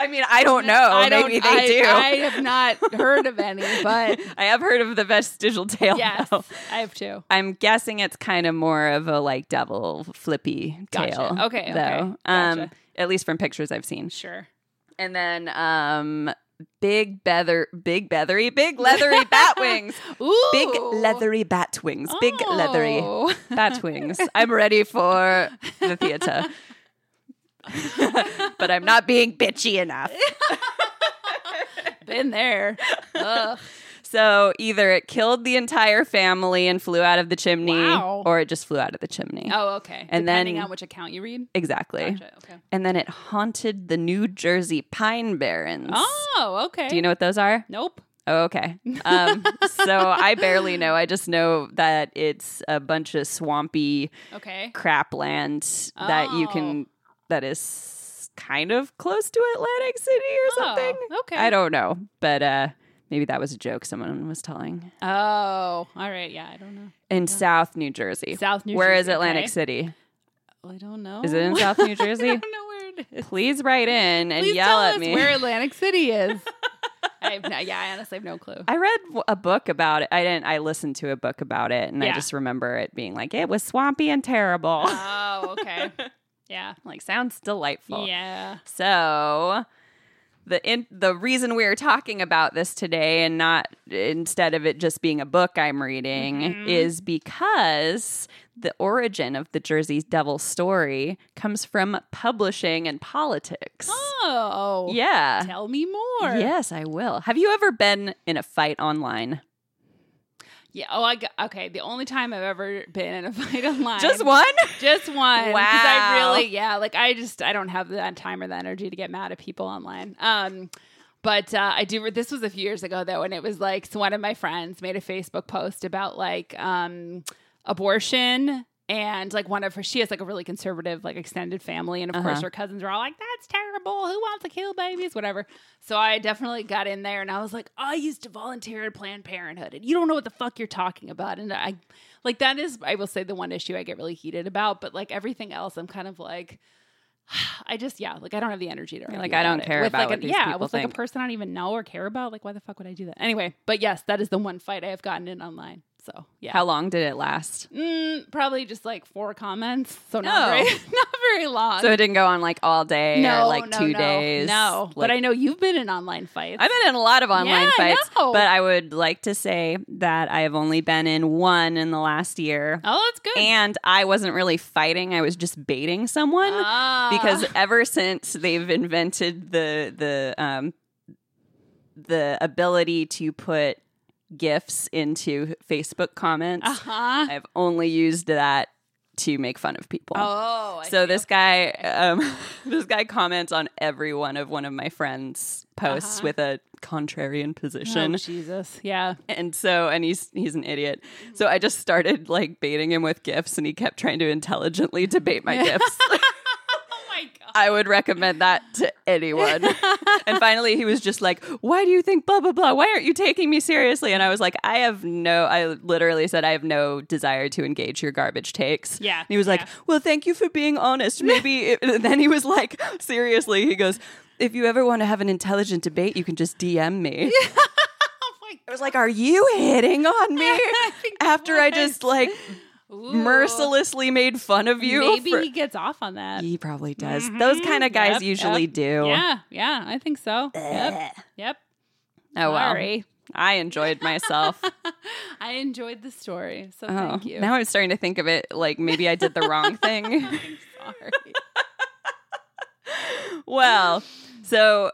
B: I mean, I don't know.
A: I don't-
B: Maybe they
A: I-
B: do.
A: I
B: I,
A: have not heard of any, but
B: have heard of the vestigial tail.
A: yes,
B: though.
A: I have two.
B: I'm guessing it's kind of more of a like devil flippy
A: Gotcha.
B: tail.
A: Okay, okay.
B: Though. Um,
A: Gotcha.
B: At least from pictures I've seen.
A: Sure.
B: And then um, big beather, big beathery, big leathery bat wings.
A: Ooh.
B: Big leathery bat wings. Big leathery
A: Oh.
B: bat wings. I'm ready for the theater. but I'm not being bitchy enough.
A: Been there. Ugh.
B: So either it killed the entire family and flew out of the chimney,
A: Wow.
B: or it just flew out of the chimney.
A: Oh, okay.
B: And
A: Depending
B: then-
A: on which account you read.
B: Exactly.
A: Gotcha. Okay.
B: And then it haunted the New Jersey Pine Barrens.
A: Oh, okay.
B: Do you know what those are?
A: Nope.
B: Oh, okay. Um, so I barely know. I just know that it's a bunch of swampy
A: Okay.
B: crapland that you can,
A: Oh.
B: that is kind of close to Atlantic City or something.
A: Oh, okay.
B: I don't know. But uh, maybe that was a joke someone was telling.
A: Oh, all right. Yeah, I don't know.
B: In South New Jersey.
A: South New
B: Where is
A: Jersey,
B: Atlantic
A: okay.
B: City?
A: Well, I don't know.
B: Is it in South New
A: I
B: Jersey?
A: don't know where it is.
B: Please write in and
A: Please
B: yell
A: tell
B: at
A: us
B: me.
A: where Atlantic City is. I have no, yeah, I honestly have no clue.
B: I read w- a book about it. I didn't. I listened to a book about it, and I
A: Yeah.
B: just remember it being like it was swampy and terrible.
A: Oh, okay. Yeah.
B: like sounds delightful.
A: Yeah.
B: So the in, the reason we are talking about this today, and not instead of it just being a book I'm reading,
A: Mm-hmm.
B: is because the origin of the Jersey Devil story comes from publishing and politics.
A: Oh.
B: yeah.
A: Tell me more.
B: Yes, I will. Have you ever been in a fight online?
A: Yeah. Oh, I got, okay. The only time I've ever been in a fight online.
B: Just one?
A: Just one. 'Cause I
B: Wow.
A: really, yeah. Like I just, I don't have that time or the energy to get mad at people online. Um, but uh, I do. This was a few years ago though, and it was like so one of my friends made a Facebook post about like um, abortion. And like one of her, she has like a really conservative, like extended family. And of course,
B: Uh-huh.
A: her cousins are all like, that's terrible. Who wants to kill babies? Whatever. So I definitely got in there and I was like, I used to volunteer at Planned Parenthood and you don't know what the fuck you're talking about. And I, like, that is, I will say, the one issue I get really heated about. But like everything else, I'm kind of like, I just yeah, like I don't have the energy to argue
B: like, I
A: about
B: don't
A: it.
B: care
A: with
B: about
A: like
B: what
A: an-
B: these
A: yeah
B: people
A: with like
B: think.
A: a person I don't even know or care about. Like why the fuck would I do that anyway? But yes, that is the one fight I have gotten in online. So yeah,
B: How long did it last?
A: mm, probably just like four comments. So
B: No.
A: not very not very long.
B: So it didn't go on like all day
A: no,
B: or like
A: no,
B: two
A: no,
B: days.
A: No,
B: Like,
A: but I know you've been in online fights.
B: I've been in a lot of online
A: Yeah, I
B: fights,
A: know.
B: but I would like to say that I have only been in one in the last year.
A: oh, that's good.
B: And I wasn't really fighting, I was just baiting someone
A: Ah.
B: because ever since they've invented the the um the ability to put gifts into Facebook comments,
A: uh-huh.
B: I've only used that to make fun of people.
A: Oh, I
B: so
A: see.
B: this guy um, this guy comments on every one of one of my friends posts
A: Uh-huh.
B: with a contrarian position
A: Oh, Jesus, yeah.
B: and so and he's he's an idiot
A: Mm-hmm.
B: so i just started like baiting him with gifts and he kept trying to intelligently debate my gifts
A: Oh my god.
B: i would recommend that to anyone and finally he was just like why do you think blah blah blah why aren't you taking me seriously and i was like i have no i literally said i have no desire to engage your garbage takes
A: Yeah,
B: and he was like
A: yeah.
B: well thank you for being honest maybe it, and then he was like seriously he goes if you ever want to have an intelligent debate you can just dm me
A: Oh my
B: I was like, "Are you hitting on me?"
A: think
B: After I
A: twice.
B: just like
A: Ooh.
B: mercilessly made fun of you.
A: Maybe
B: for-
A: he gets off on that.
B: he probably does. Those kind of guys
A: Yep,
B: usually
A: yep.
B: do.
A: Yeah, yeah, I think so. Yep.
B: Ugh.
A: Yep.
B: Oh well.
A: Eh. Sorry.
B: I enjoyed myself.
A: I enjoyed the story, so
B: oh,
A: thank you.
B: now I'm starting to think of it like maybe I did the wrong thing.
A: I'm sorry.
B: well, so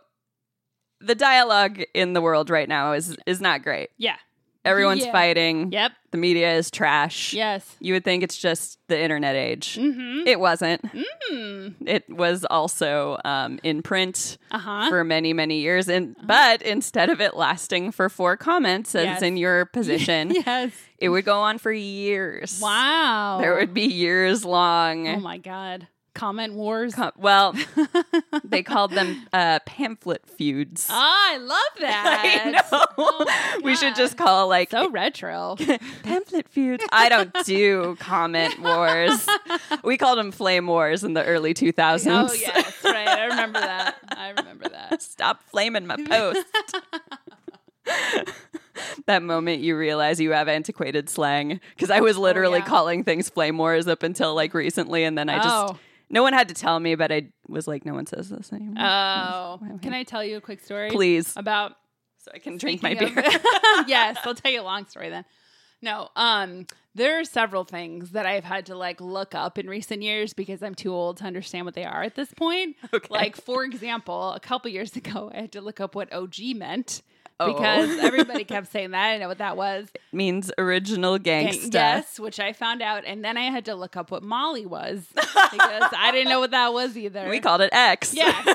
B: the dialogue in the world right now is is not great.
A: Yeah.
B: Everyone's
A: Yeah.
B: fighting.
A: Yep.
B: The media is trash.
A: Yes.
B: You would think it's just the internet age.
A: Mm-hmm.
B: It wasn't.
A: Mm.
B: It was also um, in print
A: Uh-huh.
B: for many, many years. And but instead of it lasting for four comments, as
A: Yes.
B: in your position,
A: yes.
B: it would go on for years.
A: Wow.
B: There would be years long.
A: Oh my god. Comment wars.
B: Eh? com- well, they called them uh, pamphlet feuds.
A: Ah, I love that.
B: I know.
A: Oh my
B: we should
A: God.
B: just call like
A: so retro. Oh,
B: pamphlet feuds. I don't do comment wars. We called them flame wars in the early 2000s.
A: oh yes, right. I remember that. I remember that.
B: stop flaming my post. that moment you realize you have antiquated slang because I was literally
A: Oh, yeah.
B: calling things flame wars up until like recently, and then I just
A: Oh.
B: no one had to tell me, but I was like, no one says this anymore.
A: Oh,
B: Why would
A: can I tell you a quick story?
B: Please,
A: About
B: so I can drink my beer.
A: Speaking of- yes, I'll tell you a long story then. No, um, there are several things that I've had to like look up in recent years because I'm too old to understand what they are at this point.
B: Okay.
A: Like, for example, a couple years ago, I had to look up what OG meant
B: Oh.
A: because everybody kept saying that. I didn't know what that was.
B: means original
A: And
B: gangsta.
A: yes, which I found out, and then I had to look up what Molly was because I didn't know what that was either.
B: We called it X.
A: Yes.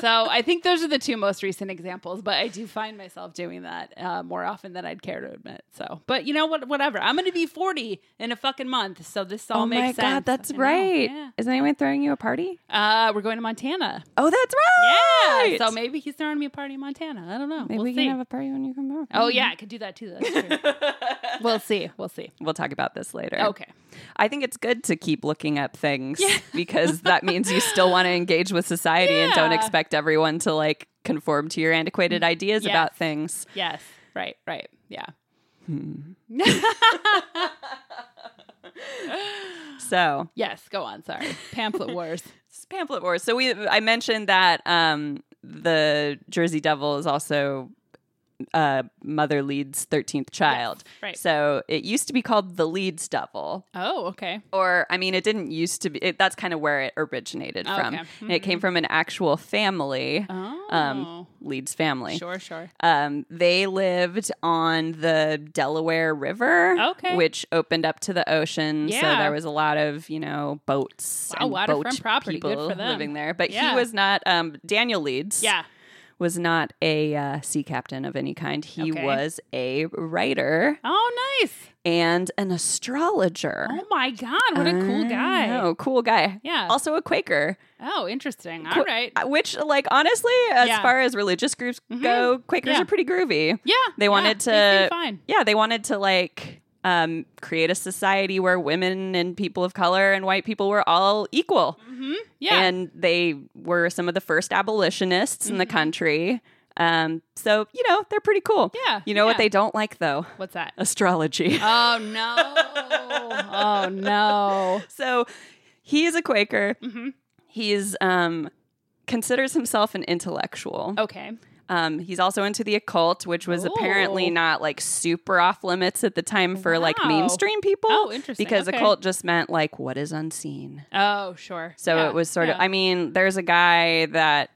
A: so I think those are the two most recent examples, but I do find myself doing that uh, more often than I'd care to admit. So, but you know what? Whatever. I'm going to be 40 in a fucking month, so this all
B: Oh my
A: makes sense.
B: god, that's
A: I know,
B: right.
A: yeah.
B: Is anyone throwing you a party?
A: Uh, we're going to Montana.
B: Oh, that's right.
A: So maybe he's throwing me a party in Montana. I don't know.
B: maybe
A: we'll
B: we
A: see.
B: can have a party when you come back.
A: oh yeah, I could do that too. That's true. we'll see. We'll see.
B: We'll talk about this later.
A: Okay.
B: I think it's good to keep looking up things because that means you still want to engage with society and don't
A: Yeah.
B: expect everyone to like conform to your antiquated ideas
A: Yes.
B: about things.
A: Yes. Right. Right. Yeah.
B: So,
A: Yes. Go on. Sorry. Pamphlet wars.
B: it's pamphlet wars. So we I mentioned that um the Jersey Devil is also uh mother leads 13th child.
A: right.
B: So it used to be called the Leeds Devil.
A: Oh. Okay.
B: or I mean, it didn't used to be. It, that's kind of where it originated
A: Okay.
B: from. And it came from an actual family,
A: Oh.
B: um, Leeds family.
A: Sure. Sure.
B: Um, they lived on the Delaware River,
A: Okay.
B: which opened up to the ocean. So
A: Yeah.
B: there was a lot of you know boats
A: Wow,
B: and
A: waterfront
B: boat
A: property. Good
B: people
A: for them.
B: living there. But
A: Yeah.
B: he was not um, Daniel Leeds.
A: Yeah.
B: was not a uh, sea captain of any kind. He
A: Okay.
B: was a writer
A: Oh, nice.
B: and an astrologer.
A: Oh my god, what a cool guy.
B: Oh, cool guy.
A: Yeah.
B: Also a Quaker.
A: Oh, interesting. All right.
B: Uh, Which, like, honestly, as
A: Yeah. Mm-hmm.
B: far as religious groups go, Quakers
A: Yeah.
B: are pretty groovy.
A: Yeah.
B: They wanted
A: yeah, they seem
B: to-
A: fine.
B: Yeah, they wanted to like um, create a society where women and people of color and white people were all equal.
A: Yeah.
B: And they were some of the first abolitionists in the
A: Mm-hmm.
B: country. Um, so, you know, they're pretty cool.
A: Yeah,
B: You know what
A: yeah.
B: they don't like, though?
A: What's that?
B: Astrology.
A: Oh no. oh no.
B: so he is a Quaker.
A: Mm-hmm.
B: He's um, considers himself an intellectual.
A: Okay.
B: Um, he's also into the occult, which was apparently
A: Oh.
B: not like super off limits at the time for like
A: Wow.
B: mainstream people.
A: Oh, interesting.
B: Because
A: Okay.
B: occult just meant like what is unseen.
A: Oh, sure.
B: So
A: Yeah,
B: it was sort of,
A: yeah.
B: I mean, there's a guy that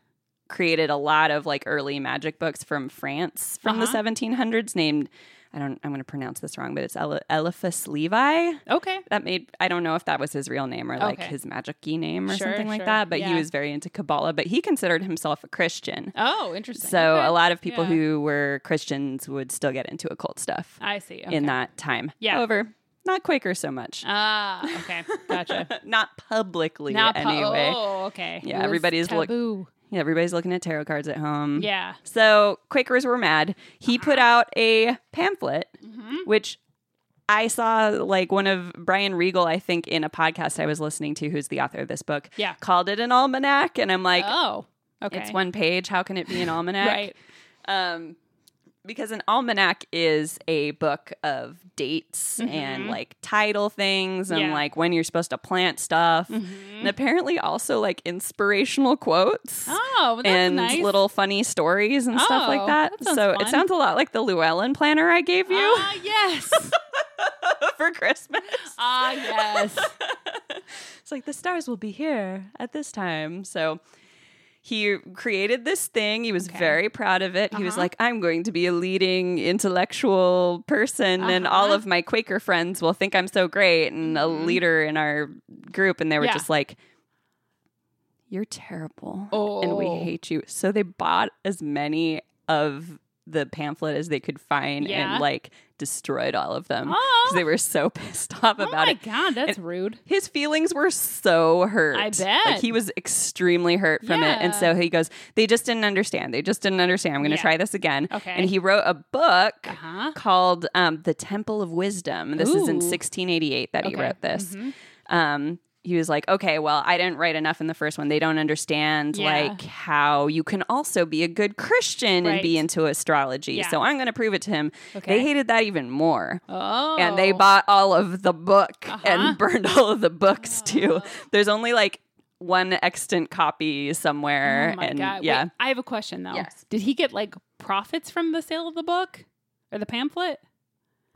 B: created a lot of like early magic books from France from
A: Uh-huh.
B: the 1700s named, I don't, I'm going to pronounce this wrong, but it's Ele- Eliphas Levi
A: Okay.
B: that made I don't know if that was his real name or like
A: Okay.
B: his magic key name or
A: Sure,
B: something like
A: sure.
B: that. But he
A: Yeah.
B: was very into Kabbalah, but he considered himself a Christian.
A: Oh, interesting.
B: So
A: Okay.
B: a lot of people
A: Yeah.
B: who were Christians would still get into occult stuff
A: I see.
B: in
A: Okay.
B: that time.
A: Yeah.
B: However, not Quaker so much.
A: Ah, okay. Gotcha.
B: not publicly
A: Now pa-
B: anyway.
A: Oh, okay.
B: Yeah,
A: It was
B: everybody's look-
A: taboo.
B: Yeah, everybody's looking at tarot cards at home.
A: Yeah. Uh-huh.
B: So Quakers were mad. He put out a pamphlet,
A: Mm-hmm.
B: which I saw like one of Brian Regal, I think, in a podcast I was listening to, who's the author of this book.
A: Yeah.
B: Called it an almanac. And I'm like,
A: Oh. Okay.
B: it's one page. How can it be an almanac?
A: Right.
B: Um, because an almanac is a book of dates and like title things
A: Mm-hmm.
B: and
A: Yeah. Mm-hmm.
B: like when you're supposed to plant stuff. And apparently also like inspirational quotes
A: Oh, well, that's
B: and
A: nice.
B: little funny stories and stuff like
A: Oh,
B: that.
A: that sounds
B: so it
A: fun.
B: sounds a lot like the Llewellyn planner I gave you
A: Ah, yes. Oh.
B: for Christmas.
A: ah, yes.
B: It's like the stars will be here at this time. So he created this thing. He was very proud of it.
A: Uh-huh.
B: He was like, I'm going to be a leading intellectual person, and
A: Uh-huh.
B: all of my Quaker friends will think I'm so great and a leader in our group. And they were
A: Mm-hmm. Yeah.
B: just like, You're terrible. And we
A: Oh.
B: hate you. So they bought as many of the pamphlet as they could find
A: Yeah.
B: and like destroyed all of them
A: Oh.
B: because they were so pissed off
A: Oh
B: about
A: my
B: it
A: god, that's rude.
B: his feelings were so hurt.
A: I bet.
B: Like he was extremely hurt from it. And
A: Yeah.
B: so he goes, They just didn't understand. They just didn't understand. I'm going to
A: Yeah.
B: try this again.
A: Okay.
B: And he wrote a book
A: Uh-huh.
B: called um, The Temple of Wisdom. This is in
A: Ooh.
B: 1688 that
A: Okay.
B: he
A: Mm-hmm.
B: wrote this. Um, he was like, okay, well, I didn't write enough in the first one. They don't understand
A: Yeah.
B: like how you can also be a good Christian and be
A: Right.
B: into astrology.
A: Yeah.
B: So I'm going to prove it to him.
A: Okay.
B: They hated that even more
A: Oh. Uh-huh.
B: and they bought all of the book and burned all of the books
A: Oh.
B: too. There's only like one extant copy somewhere,
A: Oh my
B: and
A: god. Wait,
B: yeah,
A: I have a question though.
B: Yes.
A: Did he get like profits from the sale of the book or the pamphlet?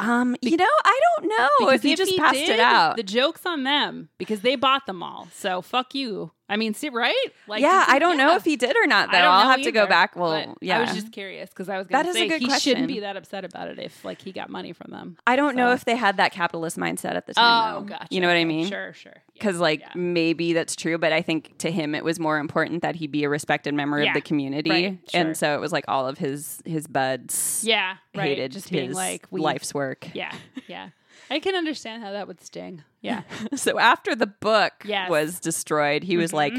B: um, you know, I don't know
A: Because
B: if he just passed
A: did,
B: it out.
A: The joke's on them because they bought them all. So fuck you. I mean, see, right? Like,
B: yeah,
A: this is-
B: I don't know
A: yeah.
B: if he did or not.
A: I
B: Though
A: don't
B: I'll
A: know
B: have to go
A: either,
B: back. Well,
A: but
B: yeah,
A: I was just curious because I was going
B: That
A: to
B: is a
A: say
B: good
A: he
B: question.
A: shouldn't be that upset about it if like he got money from them.
B: I don't know
A: so-
B: if they had that capitalist mindset at the time.
A: Oh,
B: though.
A: gotcha.
B: You know what I
A: Okay,
B: mean?
A: Sure, sure. Yeah.
B: Because like
A: Yeah.
B: maybe that's true, but I think to him it was more important that he be a respected member
A: Yeah.
B: of the community,
A: Right, sure.
B: and so it was like all of his his buds.
A: yeah, right.
B: hated
A: just
B: his
A: being like we,
B: life's work.
A: Yeah, yeah. I can understand how that would sting. Yeah.
B: So after the book
A: Yes. Mm-hmm.
B: was destroyed, he was like,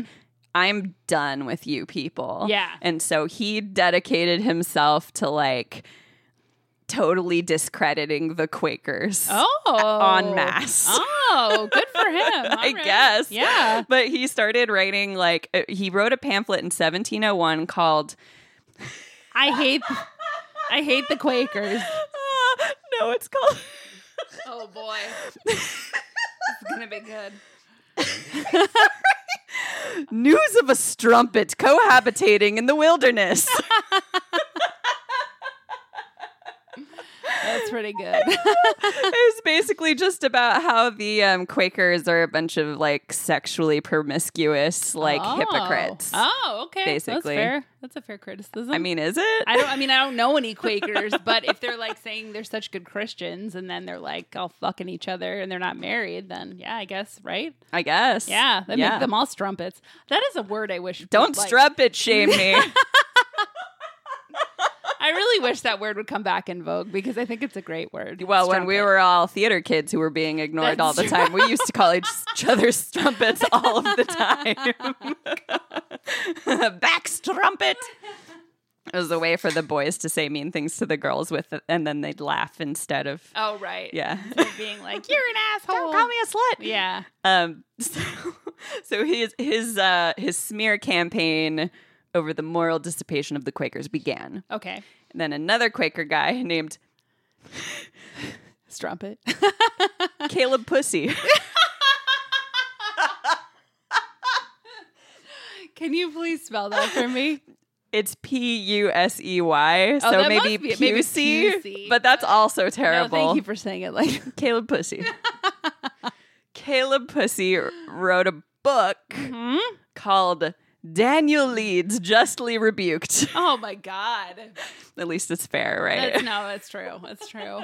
B: I'm done with you people.
A: Yeah.
B: And so he dedicated himself to like totally discrediting the Quakers.
A: Oh,
B: en masse.
A: Oh, good for him. All
B: I
A: right.
B: guess.
A: Yeah.
B: But he started writing like uh, he wrote a pamphlet in 1701 called
A: I hate I hate the Quakers.
B: Ah, No, it's called
A: Oh boy. it's gonna be good.
B: News of a Strumpet Cohabitating in the Wilderness.
A: That's pretty good.
B: it was basically just about how the um, Quakers are a bunch of like sexually promiscuous, like
A: Oh.
B: hypocrites.
A: Oh, okay. That's
B: basically.
A: fair. That's a fair criticism.
B: I mean, is it?
A: I don't I mean I don't know any Quakers, but if they're like saying they're such good Christians and then they're like all fucking each other and they're not married, then yeah, I guess, right?
B: I guess.
A: Yeah. That make them all strumpets. That is a word I wish
B: Don't
A: like,
B: strumpet shame me.
A: I really wish that word would come back in vogue because I think it's a great word.
B: well, when we
A: Strumpet.
B: were all theater kids who were being ignored
A: That's
B: all the
A: true.
B: time, we used to call each other strumpets all of the time. Back strumpet. It was a way for the boys to say mean things to the girls with, it, and then they'd laugh instead of
A: Oh, right.
B: yeah.
A: Instead of being like, you're an asshole.
B: Don't call me a slut.
A: Yeah.
B: Um. So, so his his uh his smear campaign over the moral dissipation of the Quakers began.
A: Okay.
B: And then another Quaker guy named
A: Strumpet.
B: Caleb Pussy.
A: Can you please spell that for me?
B: It's P U S E Y.
A: Oh,
B: So
A: that
B: maybe
A: must be it. Maybe
B: Pusey,
A: Pusey.
B: But that's also
A: No,
B: terrible.
A: thank you for saying it like
B: Caleb Pussy. Caleb Pussy wrote a book
A: Mm-hmm.
B: called Daniel Leeds Justly Rebuked.
A: Oh my god.
B: At least it's fair, right?
A: That's, no, that's true. That's true.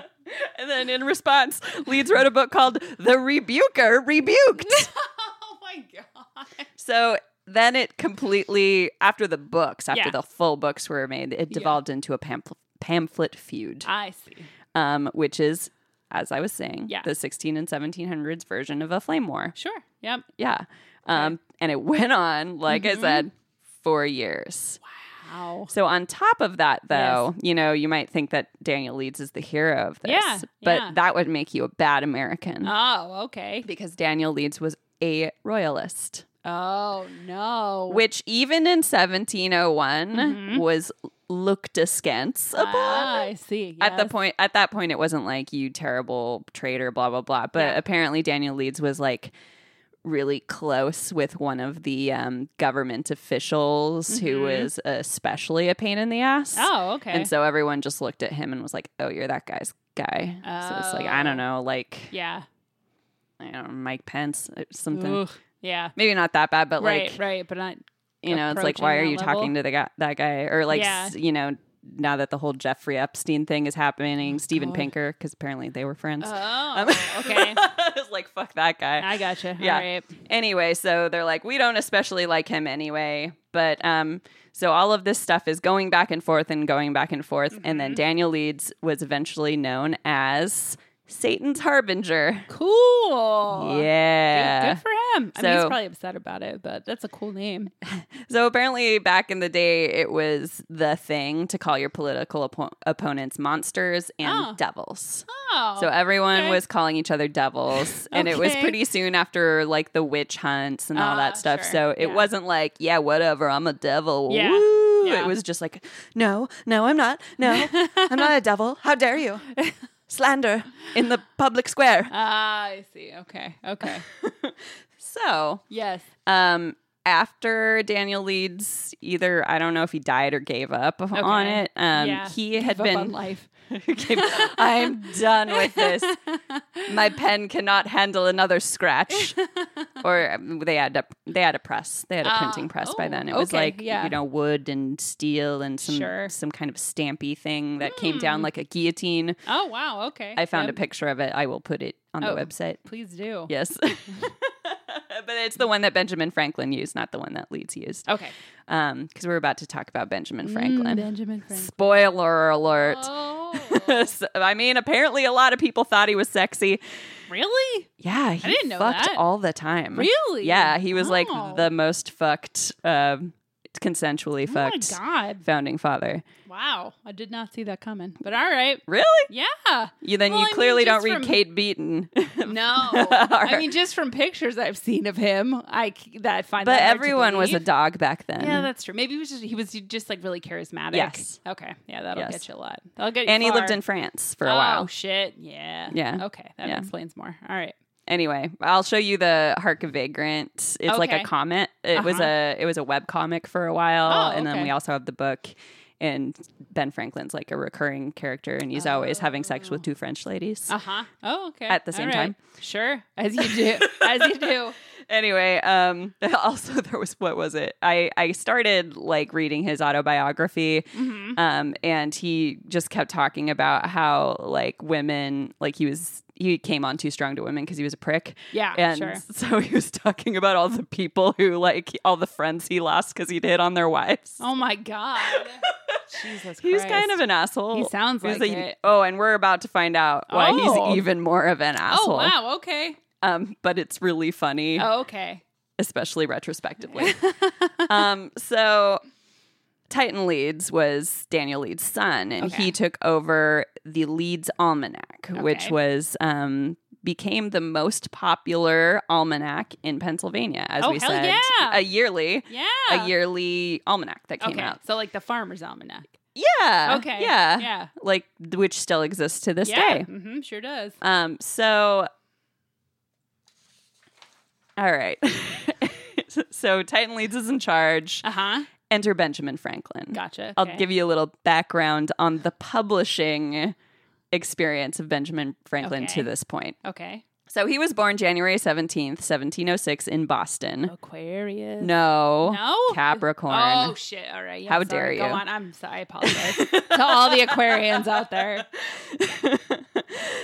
B: and then in response, Leeds wrote a book called The Rebuker Rebuked.
A: oh my god.
B: so then it completely, after the books, after
A: Yeah.
B: the full books were made, it
A: Yeah.
B: devolved into a pamphlet, pamphlet feud,
A: I see.
B: um, which is, as I was saying,
A: Yeah.
B: the 16 and 1700s version of a flame war.
A: Sure. Yep.
B: Yeah. Um, and it went on, like I said, for years.
A: Mm-hmm. Wow.
B: So on top of that, though, you know, you might think that Daniel Leeds is the hero of this,
A: Yeah,
B: but
A: yeah.
B: that would make you a bad American
A: Oh, okay.
B: because Daniel Leeds was a royalist,
A: Oh no.
B: which even in 1701
A: Mm-hmm.
B: was looked askance upon.
A: Ah, I see.
B: At the
A: Yes.
B: point, at that point, it wasn't like you terrible traitor, blah blah blah. But
A: Yeah.
B: apparently, Daniel Leeds was like really close with one of the um, government officials who
A: Mhm.
B: was especially a pain in the ass.
A: Oh, okay.
B: And so everyone just looked at him and was like, "Oh, you're that guy's guy." So it's like I don't
A: Oh.
B: know, like
A: yeah.
B: I don't know, Mike Pence, or something.
A: Ugh. Yeah.
B: Maybe not that bad, but
A: right,
B: like
A: right, but not
B: you know, it's like why are
A: approaching
B: you
A: that
B: talking to the guy, that guy, or like
A: Yeah.
B: s- you know, now that the whole Jeffrey Epstein thing is happening, Steven
A: Oh, God.
B: Pinker, because apparently they were friends. Um,
A: Oh, okay.
B: it's like fuck that guy.
A: I gotcha.
B: Yeah.
A: All right.
B: Anyway, so they're like, we don't especially like him anyway. But um, so all of this stuff is going back and forth and going back and forth. And
A: Mm-hmm.
B: then Daniel Leeds was eventually known as Satan's Harbinger.
A: Cool. Good,
B: Yeah.
A: good for him. I mean, he's
B: So-
A: probably upset about it, but that's a cool name.
B: So apparently, back in the day, it was the thing to call your political oppo- opponents monsters and
A: Oh.
B: devils.
A: Oh.
B: So everyone
A: okay.
B: was calling each other devils, and it was
A: Okay.
B: pretty soon after like the witch hunts and all
A: Ah,
B: that stuff.
A: sure.
B: So it
A: Yeah.
B: wasn't like, yeah, whatever, I'm a devil.
A: Yeah.
B: Woo.
A: Yeah.
B: It was just like, no, no, I'm not. No, I'm not a devil. How dare you? Slander in the public square.
A: Ah, I see. Okay. Okay.
B: So,
A: yes.
B: um, after Daniel Leeds, either I don't know if he died or gave up on
A: Okay.
B: it. Um,
A: Yeah.
B: he had
A: Give up
B: been
A: on life.
B: Okay, I'm done with this. My pen cannot handle another scratch. Or um, they had a they had a press. They had a
A: Ah,
B: printing press by
A: oh,
B: then. It was
A: okay,
B: like
A: yeah.
B: you know wood and steel and some
A: Sure.
B: some kind of stampy thing that came down like a guillotine.
A: Oh wow. Okay.
B: I found
A: Yep.
B: a picture of it. I will put it on
A: Oh.
B: the website.
A: Please do.
B: Yes. but it's the one that Benjamin Franklin used, not the one that Leeds used.
A: Okay.
B: Because we're about to talk about Benjamin Franklin.
A: Benjamin Franklin.
B: Spoiler alert.
A: Mm, Oh,
B: So, I mean, apparently a lot of people thought he was sexy.
A: really?
B: Yeah, he
A: didn't know
B: fucked
A: that.
B: all the time.
A: Really?
B: Yeah, he was like
A: Wow.
B: the most fucked, um consensually
A: Oh my
B: fucked
A: god!
B: founding father.
A: Wow, I did not see that coming. But all right,
B: Really?
A: yeah.
B: You then
A: Well, I
B: you
A: mean,
B: clearly
A: just
B: don't read
A: from-
B: Kate Beaton.
A: No, I mean just from pictures I've seen of him, I c- that I find.
B: but
A: that hard to
B: everyone was a
A: believe.
B: dog back then.
A: Yeah, that's true. Maybe he was just he was just like really charismatic.
B: Yes.
A: Okay. Yeah, that'll
B: Yes.
A: get you a lot. That'll get you
B: and he lived
A: far.
B: in France for a
A: oh,
B: while.
A: shit. Yeah.
B: Yeah.
A: Okay. That
B: Yeah.
A: explains more. All right.
B: Anyway, I'll show you the Hark of Vagrant. It's like a
A: Okay.
B: comic. It was
A: Uh-huh.
B: a it was a web comic for a while,
A: Oh,
B: and then
A: okay.
B: we also have the book. And Ben Franklin's like a recurring character, and he's always having sex with two French ladies.
A: Uh huh. Oh, okay.
B: At the
A: All
B: same
A: right.
B: time.
A: Sure. As you do. As you do.
B: Anyway, um, also there was what was it? I I started like reading his autobiography,
A: Mm-hmm.
B: um, and he just kept talking about how like women, like he was he came on too strong to women because he was a prick.
A: Yeah.
B: And
A: sure.
B: so he was talking about all the people who, like, all the friends he lost because he hit on their wives.
A: Oh my god. Jesus.
B: He was
A: Christ.
B: kind of an asshole.
A: He sounds
B: was
A: like
B: a-
A: it.
B: Oh, and we're about to find out why
A: Oh.
B: he's even more of an asshole.
A: Oh wow. Okay.
B: Um, but it's really funny,
A: Oh, okay.
B: especially retrospectively. um, so Titan Leeds was Daniel Leeds' son, and
A: Okay.
B: he took over the Leeds Almanac, which
A: Okay.
B: was um, became the most popular almanac in Pennsylvania, as
A: Oh,
B: we
A: hell
B: said,
A: yeah.
B: a yearly.
A: Yeah.
B: A yearly almanac that came
A: Okay.
B: out.
A: So like the farmer's almanac.
B: Yeah.
A: okay.
B: Yeah.
A: Yeah.
B: Like which still exists to this
A: yeah.
B: day.
A: hmm sure does.
B: Um, so, all right. so Titan Leeds is in charge.
A: Uh huh.
B: Enter Benjamin Franklin.
A: Gotcha.
B: I'll give you a little background on the publishing experience of Benjamin Franklin
A: Okay.
B: to this point.
A: Okay.
B: So he was born January 17th, 1706, in Boston.
A: Aquarius.
B: No.
A: Oh, No.
B: Capricorn.
A: Oh shit! All right. Yeah,
B: How
A: sorry.
B: dare
A: Go
B: you.
A: on. I'm sorry. I apologize to all the Aquarians out there.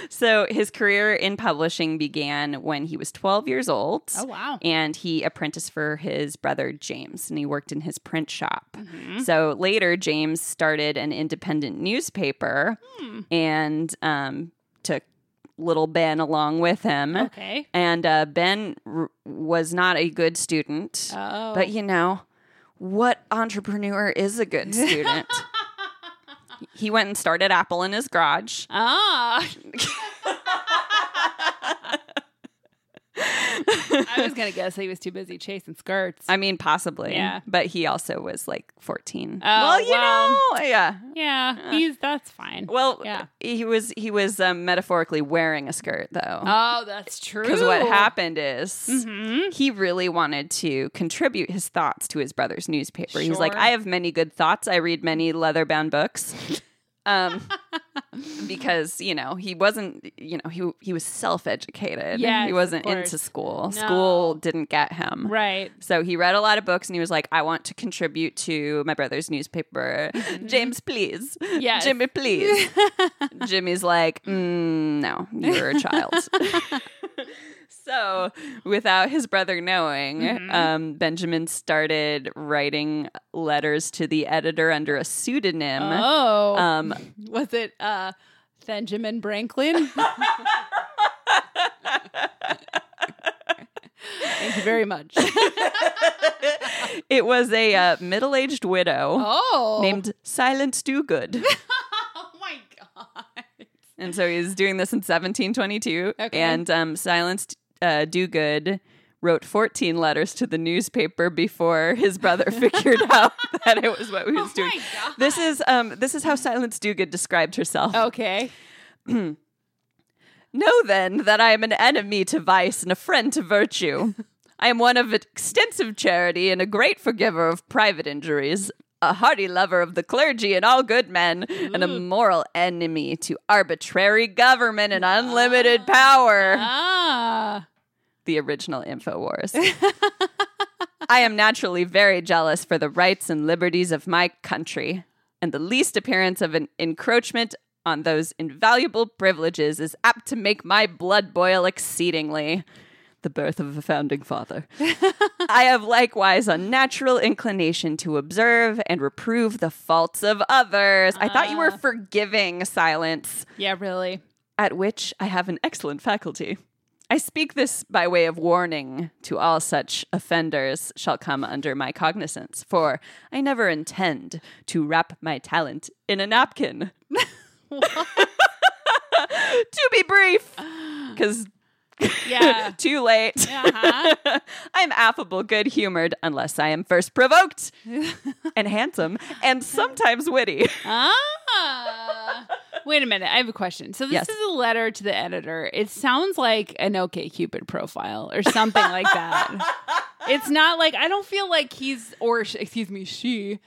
B: so his career in publishing began when he was 12 years old.
A: Oh wow.
B: and he apprenticed for his brother James and he worked in his print shop.
A: Mhm.
B: So later, James started an independent newspaper
A: Hmm.
B: and um, took little Ben along with him.
A: Okay.
B: And uh, Ben r- was not a good student,
A: Oh.
B: but you know, what entrepreneur is a good student? he went and started Apple in his garage.
A: Ah. I was gonna guess he was too busy chasing skirts.
B: I mean, possibly.
A: Yeah.
B: But he also was like 14.
A: Oh,
B: well, you
A: well.
B: know, yeah.
A: yeah, he's that's fine.
B: Well,
A: Yeah.
B: he was he was um, metaphorically wearing a skirt though,
A: oh, that's true.
B: because what happened is
A: Mhm.
B: he really wanted to contribute his thoughts to his brother's newspaper. He was like,
A: Sure.
B: "I have many good thoughts. I read many leather-bound books." um, because you know he wasn't you know he he was self-educated.
A: Yes,
B: he
A: of
B: wasn't
A: course.
B: into school.
A: No.
B: School didn't get him.
A: Right.
B: So he read a lot of books and he was like, I want to contribute to my brother's newspaper. James, please.
A: Mm-hmm. Yes.
B: Jimmy, please. Jimmy's like, mm, no, you're a child. so without his brother knowing,
A: Mm-hmm.
B: um, Benjamin started writing letters to the editor under a pseudonym.
A: Oh,
B: Um,
A: was it uh, Benjamin Franklin? Thank you very much.
B: it was a uh, middle aged widow
A: Oh,
B: named Silent Do Good.
A: Oh my god.
B: And so he's doing this in 1722.
A: Okay.
B: And um, Silenced uh, Do Good wrote 14 letters to the newspaper before his brother figured out that it was what he was
A: Oh my
B: doing. This is um, this is how Silence Do Good described herself.
A: Okay.
B: Know then that I am an enemy to vice and a friend to virtue. I am one of extensive charity and a great forgiver of private injuries, a hearty lover of the clergy and all good men, and a moral enemy to arbitrary government and unlimited power.
A: Ah.
B: The original InfoWars. I am naturally very jealous for the rights and liberties of my country, and the least appearance of an encroachment on those invaluable privileges is apt to make my blood boil exceedingly. The birth of a founding father. I have likewise a natural inclination to observe and reprove the faults of others. I thought you were forgiving silence
A: Yeah, really.
B: at which I have an excellent faculty. I speak this by way of warning to all such offenders shall come under my cognizance, for I never intend to wrap my talent in a napkin. to be brief, because
A: Yeah.
B: too late.
A: Uh-huh.
B: I'm affable, good humored, unless I am first provoked and handsome and sometimes witty.
A: Ah. Wait a minute. I have a question. So this
B: Yes.
A: is a letter to the editor. It sounds like an OK Cupid profile or something like that. It's not like I don't feel like he's or sh- excuse me, she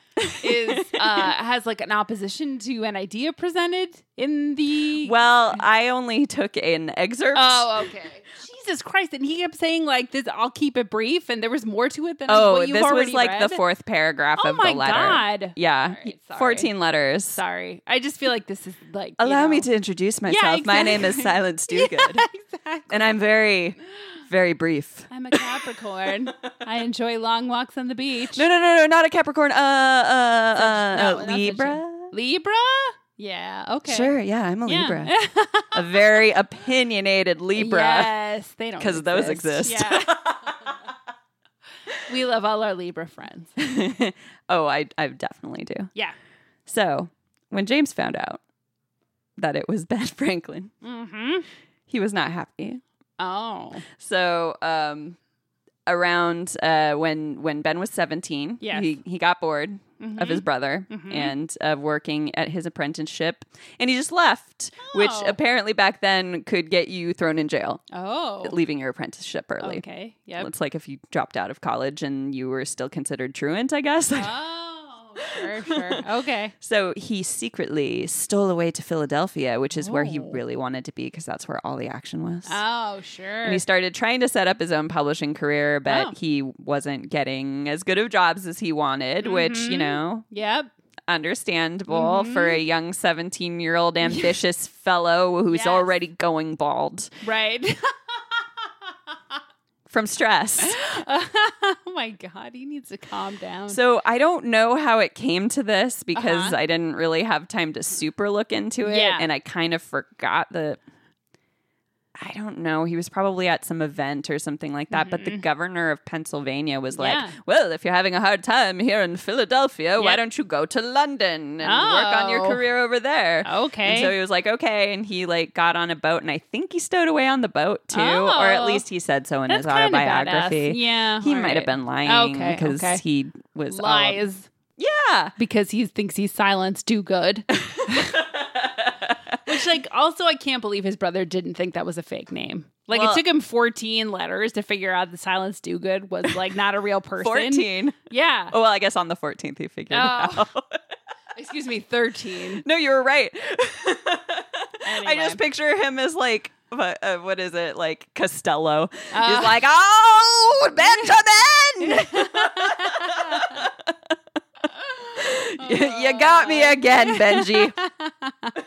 A: is uh has like an opposition to an idea presented in the
B: Well, I only took an excerpt.
A: Oh, okay. Jesus Christ. And he kept saying like this I'll keep it brief and there was more to it than
B: Oh,
A: what you've
B: this
A: already
B: was like
A: read.
B: the fourth paragraph
A: Oh
B: of
A: my
B: the letter.
A: God.
B: Yeah,
A: All right, sorry.
B: fourteen letters.
A: Sorry. I just feel like this is like you
B: Allow me
A: know.
B: to introduce myself. My
A: exactly.
B: name is Silence Do Good,
A: exactly.
B: and I'm very, very brief.
A: I'm a Capricorn. I enjoy long walks on the beach.
B: No, no, no, no, not a Capricorn. Uh, uh, uh,
A: No,
B: uh
A: not
B: Libra.
A: Libra? Yeah. Okay.
B: Sure, yeah, I'm a
A: Yeah.
B: Libra. a very opinionated Libra.
A: Yes, they don't
B: Because those exist.
A: Yeah. we love all our Libra friends.
B: oh, I, I definitely do.
A: Yeah.
B: So when James found out that it was Ben Franklin,
A: Mm-hmm.
B: he was not happy.
A: Oh.
B: So um, around uh, when when Ben was seventeen,
A: Yes.
B: he he got bored of his brother
A: Mhm.
B: and of working at his apprenticeship, and he just left, which
A: Oh.
B: apparently back then could get you thrown in jail,
A: Oh.
B: leaving your apprenticeship early.
A: Okay. Yep.
B: It's like if you dropped out of college and you were still considered truant, I guess.
A: Oh. Sure. Sure. Okay.
B: So he secretly stole away to Philadelphia, which is where he
A: Oh.
B: really wanted to be because that's where all the action was.
A: Oh, sure.
B: And he started trying to set up his own publishing career, but
A: Oh.
B: he wasn't getting as good of jobs as he wanted, which, you
A: Mhm.
B: know,
A: Yep.
B: understandable
A: Mm-hmm.
B: for a young 17 year old ambitious fellow who's
A: Yes.
B: already going bald
A: Right.
B: from stress.
A: oh my god, he needs to calm down.
B: so I don't know how it came to this because
A: Uh-huh.
B: I didn't really have time to super look into it.
A: Yeah.
B: And I kind of forgot the. I don't know. He was probably at some event or something like that. But the governor of Pennsylvania was
A: Mm-hmm. Yeah.
B: like, Well, if you're having a hard time here in Philadelphia, why
A: Yep.
B: don't you go to London and work on your
A: Oh.
B: career over there?
A: okay.
B: And so he was like, okay. And he like got on a boat and I think he stowed away on the boat too.
A: Oh.
B: Or at least he said so in
A: That's
B: his
A: kinda
B: autobiography.
A: badass. Yeah.
B: He
A: all
B: might
A: right.
B: have been lying
A: Okay,
B: because
A: okay.
B: he was all-
A: lies
B: yeah.
A: because he thinks he's silenced do good. Which like also I can't believe his brother didn't think that was a fake name. Like
B: Well-
A: it took him 14 letters to figure out the silence do good was like not a real person.
B: 14.
A: Yeah.
B: Oh, well, I guess on the 14th he figured it
A: Oh.
B: out.
A: Excuse me, 13.
B: no, you were right. I
A: Anyway.
B: just picture him as like, what, uh, what is it? Like Costello.
A: Uh.
B: He's like, oh, Benjamin! You- you got me again, Benji.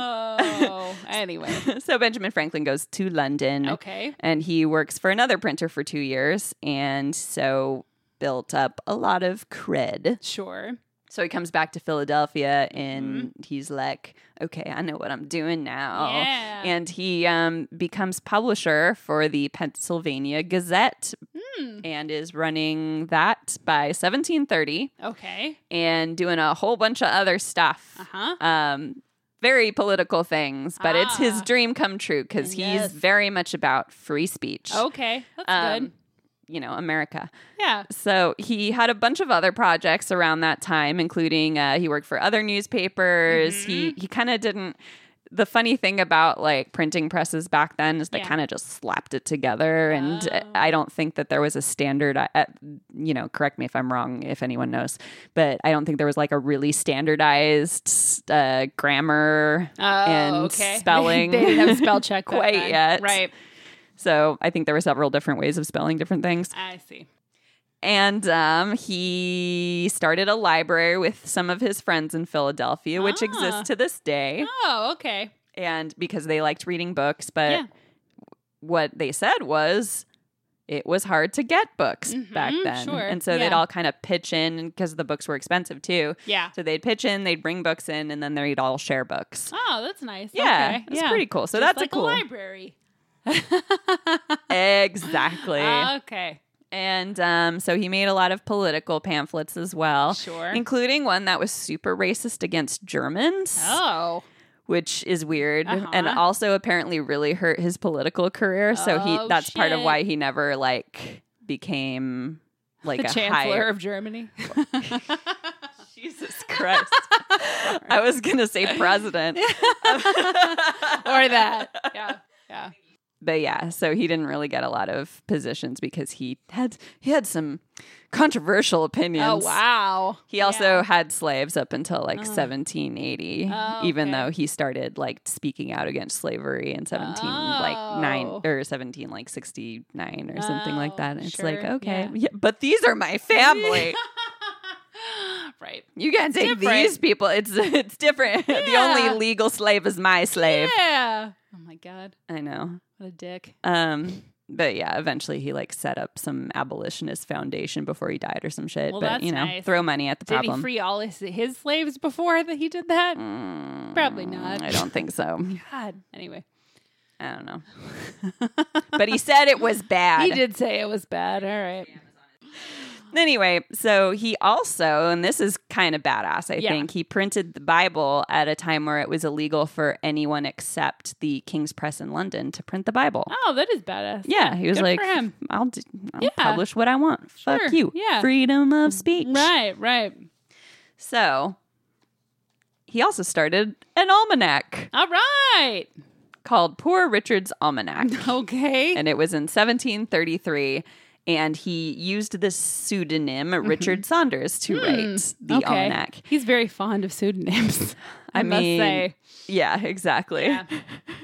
A: Oh, anyway.
B: so Benjamin Franklin goes to London.
A: Okay.
B: And he works for another printer for two years and so built up a lot of cred.
A: Sure.
B: So he comes back to Philadelphia and he's like, okay, I know what I'm doing now.
A: Mm-hmm. Yeah.
B: Oh, And he um, becomes publisher for the Pennsylvania Gazette
A: Hmm.
B: and is running that by 1730
A: Okay.
B: and doing a whole bunch of other stuff
A: Uh-huh.
B: um, very political things, but it's his
A: Ah.
B: dream come true because he's
A: Yes.
B: very much about free speech.
A: Okay. That's good.
B: Um, You know, America.
A: Yeah.
B: So he had a bunch of other projects around that time, including uh, he worked for other newspapers. He he kind of didn't. The funny thing about like printing presses back then is they
A: Yeah.
B: kind of just slapped it together, and uh, I don't think that there was a standard. uh, uh, You know, correct me if I'm wrong, if anyone knows, but I don't think there was like a really standardized uh, grammar
A: Oh,
B: and
A: okay.
B: spelling.
A: they didn't have spell check that
B: Quite
A: time.
B: yet.
A: Right.
B: so I think there were several different ways of spelling different things.
A: I see.
B: And um, he started a library with some of his friends in Philadelphia, which
A: Ah.
B: exists to this day.
A: Oh, okay.
B: And because they liked reading books, but
A: Yeah.
B: what they said was it was hard to get books back
A: Mhm,
B: then.
A: sure,
B: And so they'd
A: yeah.
B: all kind of pitch in because the books were expensive too.
A: Yeah.
B: So they'd pitch in, they'd bring books in, and then they'd all share books.
A: Oh, that's nice.
B: Yeah,
A: Okay.
B: it's pretty cool. So
A: Just
B: that's a
A: like
B: cool-
A: library.
B: exactly.
A: Ah, okay.
B: and um, so he made a lot of political pamphlets as well.
A: Sure.
B: including one that was super racist against Germans,
A: Oh.
B: which is weird,
A: Uh-huh.
B: and also apparently really hurt his political career. So
A: Oh,
B: he that's part of
A: shit.
B: why he never like became like
A: the
B: a
A: Chancellor
B: higher.
A: of Germany.
B: Jesus Christ! I was gonna say president,
A: or that. Yeah. Yeah.
B: but yeah. So he didn't really get a lot of positions because he had he had some controversial opinions.
A: Oh, wow.
B: He also had slaves up until like 1780,
A: Oh,
B: even
A: okay.
B: though he started like speaking out against slavery in 17 like nine
A: Oh.
B: or 17 like 69 or something like
A: Oh,
B: that. And it's like
A: sure,
B: okay,
A: yeah.
B: yeah, but these are my family.
A: right.
B: you can't take
A: different.
B: these people. It's it's different. the
A: Yeah.
B: only legal slave is my slave.
A: Yeah. Oh, my God.
B: I know.
A: What a dick.
B: Um, but yeah, eventually he like set up some abolitionist foundation before he died or some shit.
A: Well,
B: but
A: that's
B: you know,
A: nice.
B: throw money at the
A: Did
B: problem.
A: he free all his, his slaves before that he did that?
B: Mm,
A: Probably not.
B: I don't think so.
A: God. Anyway.
B: I don't know. but he said it was bad.
A: He did say it was bad. All right.
B: Anyway, so he also, and this is kind of badass, I
A: Yeah.
B: think, he printed the Bible at a time where it was illegal for anyone except the King's Press in London to print the Bible.
A: Oh, that is badass.
B: Yeah, he was
A: Good
B: like,
A: for him.
B: I'll, d- I'll
A: Yeah.
B: publish what I want.
A: Sure.
B: Fuck you.
A: Yeah. Mm,
B: Freedom of speech.
A: Right, right.
B: So he also started an almanac
A: All right.
B: called Poor Richard's Almanac.
A: Okay.
B: and it was in 1733 and he used this pseudonym richard saunders to write the
A: Mm-hmm. Hmm, okay.
B: almanac
A: He's very fond of pseudonyms. I,
B: I
A: must
B: mean,
A: say.
B: yeah exactly
A: Yeah.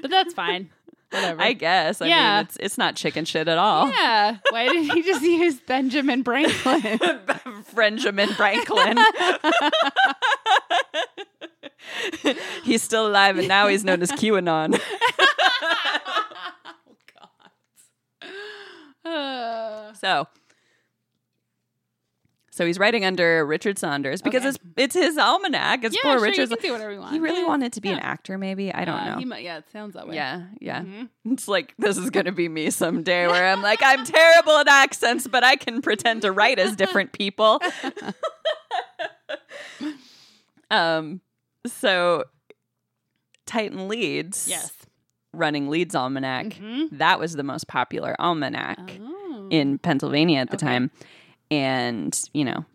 A: But that's fine. Whatever.
B: i guess i
A: Yeah.
B: mean it's, it's not chicken shit at all
A: yeah. Why did he just use Benjamin Franklin?
B: benjamin franklin he's still alive and now he's known as qanon Oh,
A: Uh,
B: so so he's writing under richard saunders because
A: Okay.
B: it's it's his almanac it's
A: yeah,
B: poor
A: sure,
B: richard's
A: you can do whatever you want.
B: he really
A: Yeah.
B: wanted to be an
A: Yeah.
B: actor maybe i don't
A: Uh,
B: know
A: he mu- yeah, it sounds that way.
B: Yeah, yeah.
A: Mm-hmm.
B: It's like this is going to be me someday where I'm like I'm terrible at accents, but I can pretend to write as different people. um so Titan Leeds,
A: Yes.
B: running Leeds Almanac.
A: Mhm.
B: That was the most popular almanac
A: Oh.
B: in Pennsylvania at the
A: Okay.
B: time. And, you know,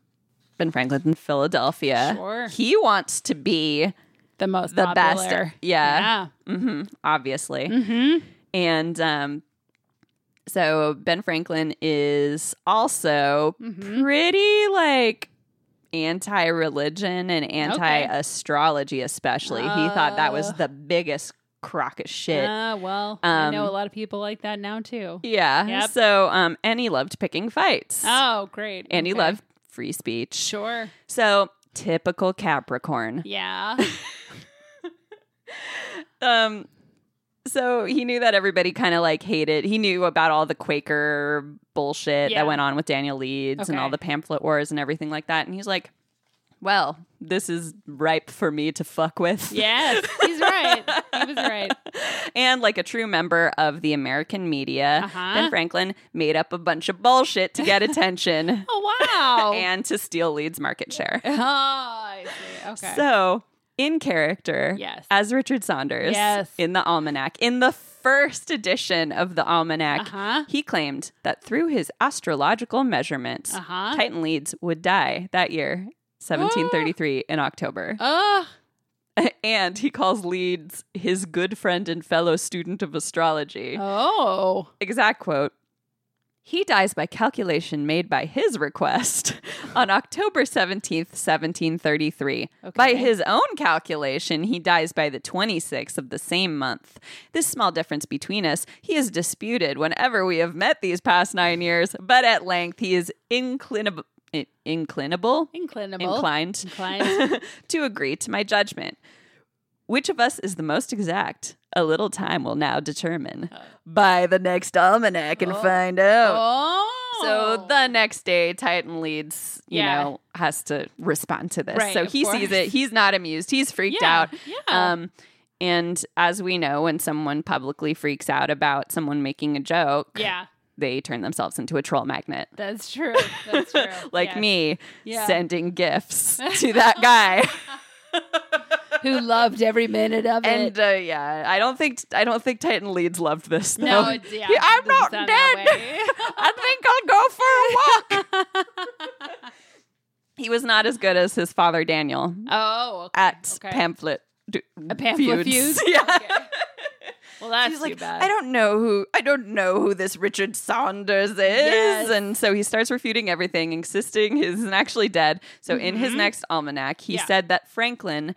B: Ben Franklin in Philadelphia.
A: Sure.
B: He wants to be
A: the most
B: the
A: popular.
B: best. Yeah. hmm obviously.
A: Yeah. Mm-hmm.
B: And um, so Ben Franklin is also
A: Mhm.
B: pretty like anti religion and anti astrology, especially. he thought that was
A: Oh.
B: the biggest crock of shit.
A: Uh, well, I know
B: Um,
A: a lot of people like that now too.
B: yeah.
A: Yep.
B: So, um, and he loved picking fights.
A: Oh, great.
B: and he
A: Okay.
B: loved free speech.
A: Sure.
B: So, typical Capricorn.
A: Yeah.
B: um so he knew that everybody kind of like hated he knew about all the quaker bullshit
A: Yeah.
B: that went on with daniel leeds and
A: Okay.
B: all the pamphlet wars and everything like that and he's like well this is ripe for me to fuck with
A: yes. He's right. He was right.
B: and like a true member of the american media
A: Uh-huh.
B: ben franklin made up a bunch of bullshit to get attention
A: Oh wow.
B: and to steal leeds market share
A: oh, I see. Okay.
B: So, in character,
A: Yes.
B: as Richard Saunders,
A: Yes.
B: in the almanac, in the first edition of the almanac,
A: Uh-huh.
B: he claimed that through his astrological measurements,
A: Uh-huh.
B: Titan Leeds would die that year, 1733, in October.
A: oh,
B: and he calls Leeds his good friend and fellow student of astrology.
A: oh,
B: Exact quote. He dies by calculation made by his request on October 17th, 1733. By
A: Okay.
B: his own calculation, he dies by the 26th of the same month. This small difference between us, he is disputed whenever we have met these past nine years, but at length he is inclinable. Inclinable?
A: inclinable,
B: Inclined
A: Inclined.
B: to agree to my judgment. Which of us is the most exact? A little time will now determine. Buy the next almanac and
A: Uh. Oh.
B: find out.
A: Oh,
B: So the next day, Titan leads, you
A: Yeah.
B: know, has to respond to this.
A: Right,
B: so
A: of
B: he sees
A: course.
B: it. He's not amused. He's freaked
A: yeah, Oh.
B: out.
A: Yeah.
B: Um, and as we know, when someone publicly freaks out about someone making a joke,
A: yeah.
B: they turn themselves into a troll magnet.
A: That's true. That's true.
B: Like
A: Yes.
B: me
A: Yeah.
B: sending gifts to that guy.
A: who loved every minute of
B: And uh, yeah, I don't think I don't think Titan Leeds loved this. Though.
A: No, it's- yeah,
B: He- I'm
A: it doesn't
B: not
A: sound
B: dead. I
A: that
B: think I'll go for a walk. he was not as good as his father Daniel
A: oh, okay.
B: at
A: okay.
B: pamphlet. d-
A: A pamphlet
B: feuds.
A: feuds?
B: Yeah.
A: Okay. Well, that's
B: He's
A: too
B: like,
A: bad.
B: I don't know who I don't know who this Richard Saunders is,
A: Yes.
B: and so he starts refuting everything, insisting he isn't actually dead. So in his next almanac, he
A: Mm-hmm. Yeah.
B: said that Franklin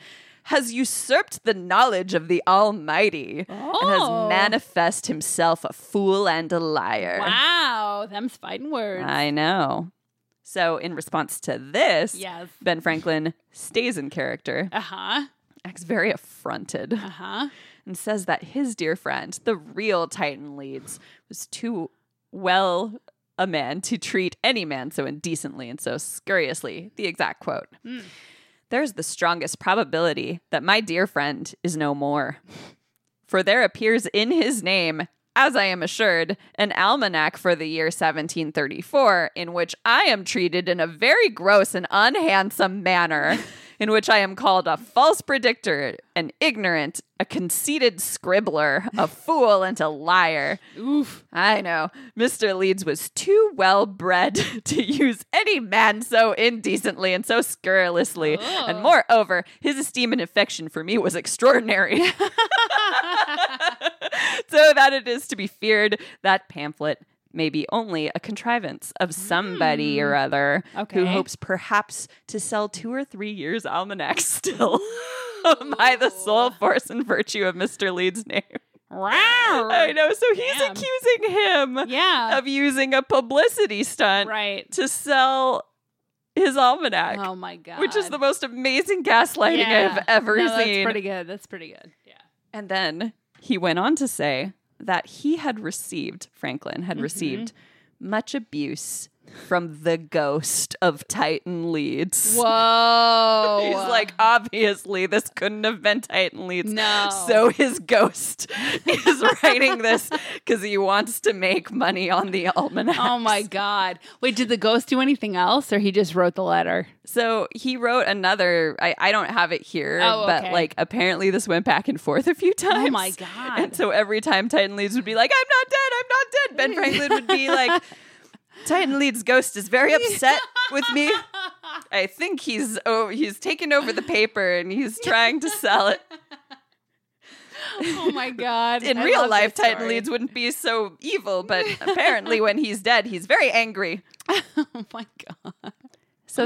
B: has usurped the knowledge of the Almighty and
A: Oh.
B: has manifest himself a fool and a liar.
A: Wow, them's fighting words.
B: I know. So in response to this,
A: yes.
B: Ben Franklin stays in character,
A: Uh huh.
B: acts very affronted
A: Uh huh.
B: and says that his dear friend, the real Titan Leeds, was too well a man to treat any man so indecently and so scuriously. The exact quote.
A: Mm.
B: There's the strongest probability that my dear friend is no more. For there appears in his name, as I am assured, an almanac for the year 1734, in which I am treated in a very gross and unhandsome manner, in which I am called a false predictor, an ignorant, a conceited scribbler, a fool, and a liar.
A: Oof.
B: I know. Mr. Leeds was too well bred to use any man so indecently and so scurrilously. And moreover, his esteem and affection for me was extraordinary. so that it is to be feared that pamphlet may be only a contrivance of somebody or other
A: Hmm. Okay.
B: who hopes perhaps to sell two or three years almanacs still. Am I the sole force and virtue of Mr. Leeds' name? I
A: Wow.
B: know. So he's
A: Damn.
B: accusing him
A: Yeah.
B: of using a publicity stunt
A: Right.
B: to sell his almanac,
A: Oh my god.
B: which is the most amazing gaslighting I
A: Yeah.
B: have ever
A: No, That's
B: seen.
A: pretty good. That's pretty good. Yeah.
B: and then he went on to say that he had received, Franklin
A: Mm-hmm.
B: had received much abuse from the ghost of Titan Leeds.
A: Whoa.
B: He's like, obviously, this couldn't have been Titan Leeds.
A: No.
B: So his ghost is writing this because he wants to make money on the almanac.
A: Oh my god. Wait, did the ghost do anything else or he just wrote the letter?
B: So he wrote another. I, I don't have it here,
A: Oh,
B: but
A: okay. Oh
B: like apparently this went back and forth a few times.
A: my God.
B: And so every time Titan Leeds would be like, "I'm not dead. I'm not dead," Ben Franklin would be like, "Titan Leeds' ghost is very upset with me. I think he's oh he's taken over the paper and he's trying to sell it."
A: Oh my god.
B: In
A: I
B: real
A: love
B: life,
A: this
B: Titan
A: story.
B: Leeds wouldn't be so evil, but apparently when he's dead, he's very angry.
A: Oh my god.
B: So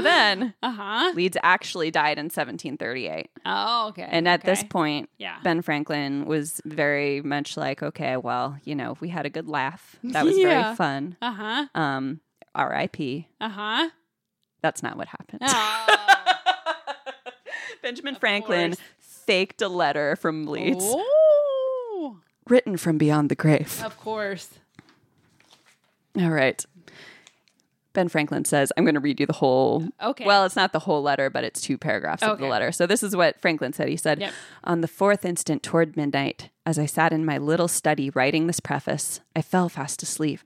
B: then
A: Uh-huh.
B: Leeds actually died in 1738.
A: Oh, okay.
B: And at this
A: okay.
B: point,
A: Yeah.
B: Ben Franklin was very much like, okay, well, you know, we had a good laugh. That was
A: Yeah.
B: very fun.
A: Uh-huh.
B: Um, R.I.P.
A: Uh-huh.
B: That's not what happened.
A: Oh.
B: Benjamin Franklin
A: course. Oh.
B: faked a letter from Leeds,
A: Ooh.
B: written from beyond the grave.
A: Of course.
B: All right. Ben Franklin says, I'm going to read you the whole.
A: Okay.
B: Well, it's not the whole letter, but it's two paragraphs of the
A: Okay.
B: letter. So this is what Franklin said. He said,
A: Yep.
B: On the fourth instant toward midnight, as I sat in my little study writing this preface, I fell fast asleep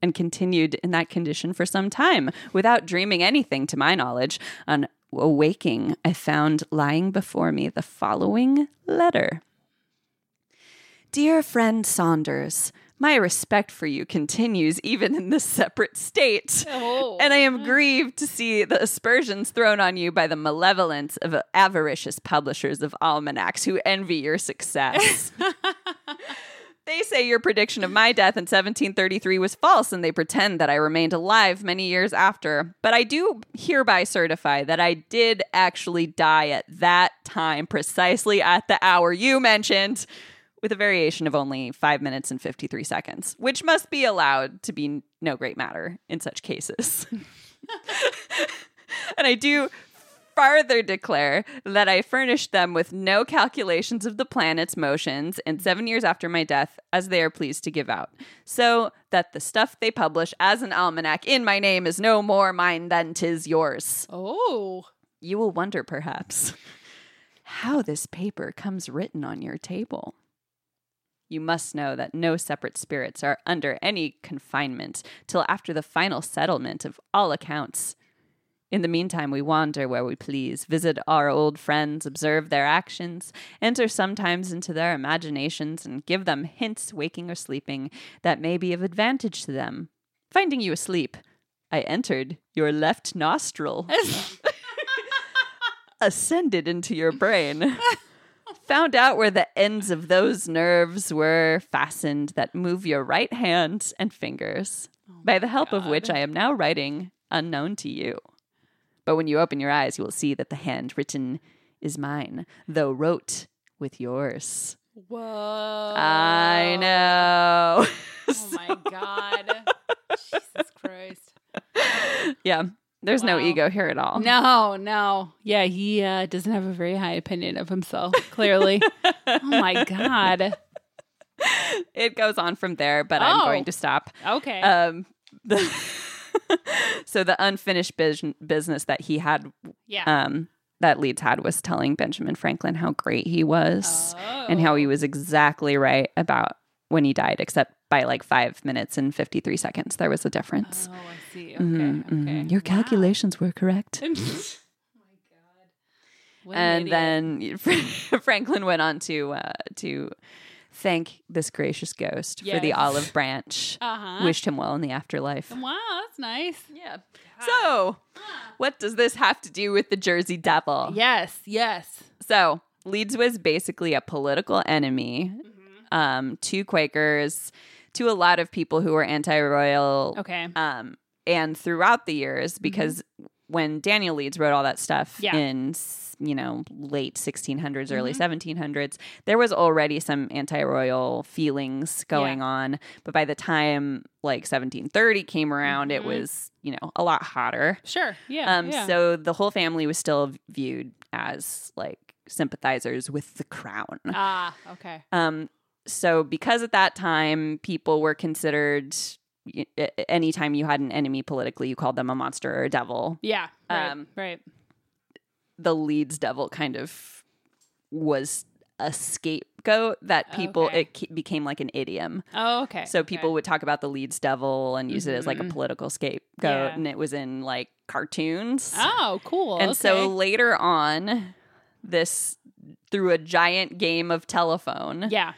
B: and continued in that condition for some time without dreaming anything to my knowledge. On awaking, I found lying before me the following letter. Dear friend Saunders, my respect for you continues even in this separate state.
A: Oh.
B: And I am grieved to see the aspersions thrown on you by the malevolence of avaricious publishers of almanacs who envy your success. they say your prediction of my death in 1733 was false, and they pretend that I remained alive many years after. But I do hereby certify that I did actually die at that time, precisely at the hour you mentioned. With a variation of only five minutes and 53 seconds, which must be allowed to be no great matter in such cases. And I do farther declare that I furnished them with no calculations of the planet's motions in seven years after my death, as they are pleased to give out. So that the stuff they publish as an almanac in my name is no more mine than 'tis yours.
A: Oh.
B: You will wonder, perhaps, how this paper comes written on your table. You must know that no separate spirits are under any confinement till after the final settlement of all accounts. In the meantime, we wander where we please, visit our old friends, observe their actions, enter sometimes into their imaginations, and give them hints, waking or sleeping, that may be of advantage to them. Finding you asleep, I entered your left nostril ascended into your brain. Found out where the ends of those nerves were fastened that move your right hand and fingers,
A: Oh
B: by the help of which I am now writing unknown to you. But when you open your eyes, you will see that the hand written is mine, though wrote with yours.
A: Whoa.
B: I know.
A: Oh my god. Jesus Christ.
B: yeah, there's no
A: Wow.
B: ego here at all.
A: No, no. Yeah, he uh, doesn't have a very high opinion of himself, clearly. oh my god.
B: It goes on from there, but I'm
A: Oh.
B: going to stop.
A: Okay.
B: um the so the unfinished bus- business that he had
A: yeah.
B: um that Lee Todd was telling Benjamin Franklin how great he was
A: Oh.
B: and how he was exactly right about when he died, except by like five minutes and 53 seconds. There was a difference.
A: Oh, I see. Okay.
B: Mhm, mhm.
A: okay. Oh
B: Your calculations were correct.
A: What an
B: And
A: idiot.
B: then Franklin went on to uh, to thank this gracious ghost for the
A: Yes.
B: olive branch,
A: uh-huh.
B: wished him well in the afterlife.
A: Wow, that's nice.
B: Yeah. So, what does this have to do with the Jersey Devil?
A: Yes, yes.
B: So Leeds was basically a political enemy
A: Mm-hmm.
B: um, to Quakers, to a lot of people who were anti-royal,
A: Okay. Mm-hmm.
B: um, and throughout the years because when Daniel Leeds wrote all that stuff
A: Yeah. Mm-hmm.
B: in s- you know late 1600s, early 1700s, there was already some anti-royal feelings going
A: Yeah.
B: on. But by the time like 1730 came around,
A: Mhm.
B: it was you know a lot hotter.
A: Sure. Yeah.
B: Um,
A: yeah.
B: So the whole family was still viewed as like sympathizers with the crown.
A: ah, okay.
B: Um, so because at that time people were considered, y- a- anytime you had an enemy politically, you called them a monster or a devil.
A: Yeah. Right.
B: Um,
A: right.
B: The Leeds devil kind of was a scapegoat that people
A: Oh, Okay.
B: it ke- became like an idiom.
A: Oh, okay.
B: So people
A: okay.
B: would talk about the Leeds devil and use it as like a
A: Mhm.
B: political scapegoat,
A: Yeah.
B: and it was in like cartoons.
A: Oh, cool.
B: And
A: okay.
B: so later on, this through a giant game of telephone
A: yeah.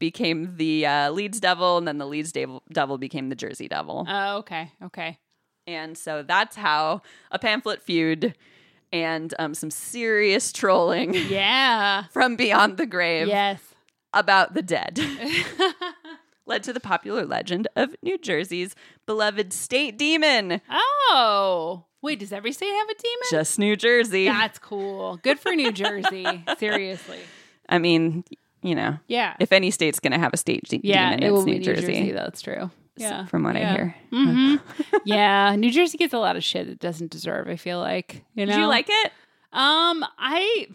B: became the uh, Leeds Devil, and then the Leeds Devil, Devil became the Jersey Devil.
A: Oh, okay. Okay.
B: and so that's how a pamphlet feud and um, some serious trolling
A: Yeah.
B: from beyond the grave
A: Yes.
B: about the dead led to the popular legend of New Jersey's beloved state demon,
A: oh. Wait, does every state have a demon?
B: just New Jersey.
A: That's cool. Good for New Jersey. Seriously.
B: I mean, you know,
A: Yeah.
B: if any state's going to have a state de-
A: yeah,
B: demon,
A: it
B: it's
A: will
B: New,
A: be New Jersey. That's true.
B: s-
A: Yeah.
B: from what
A: yeah.
B: I hear.
A: hmm yeah, New Jersey gets a lot of shit it doesn't deserve. I feel like you know.
B: Did you like it?
A: Um, I,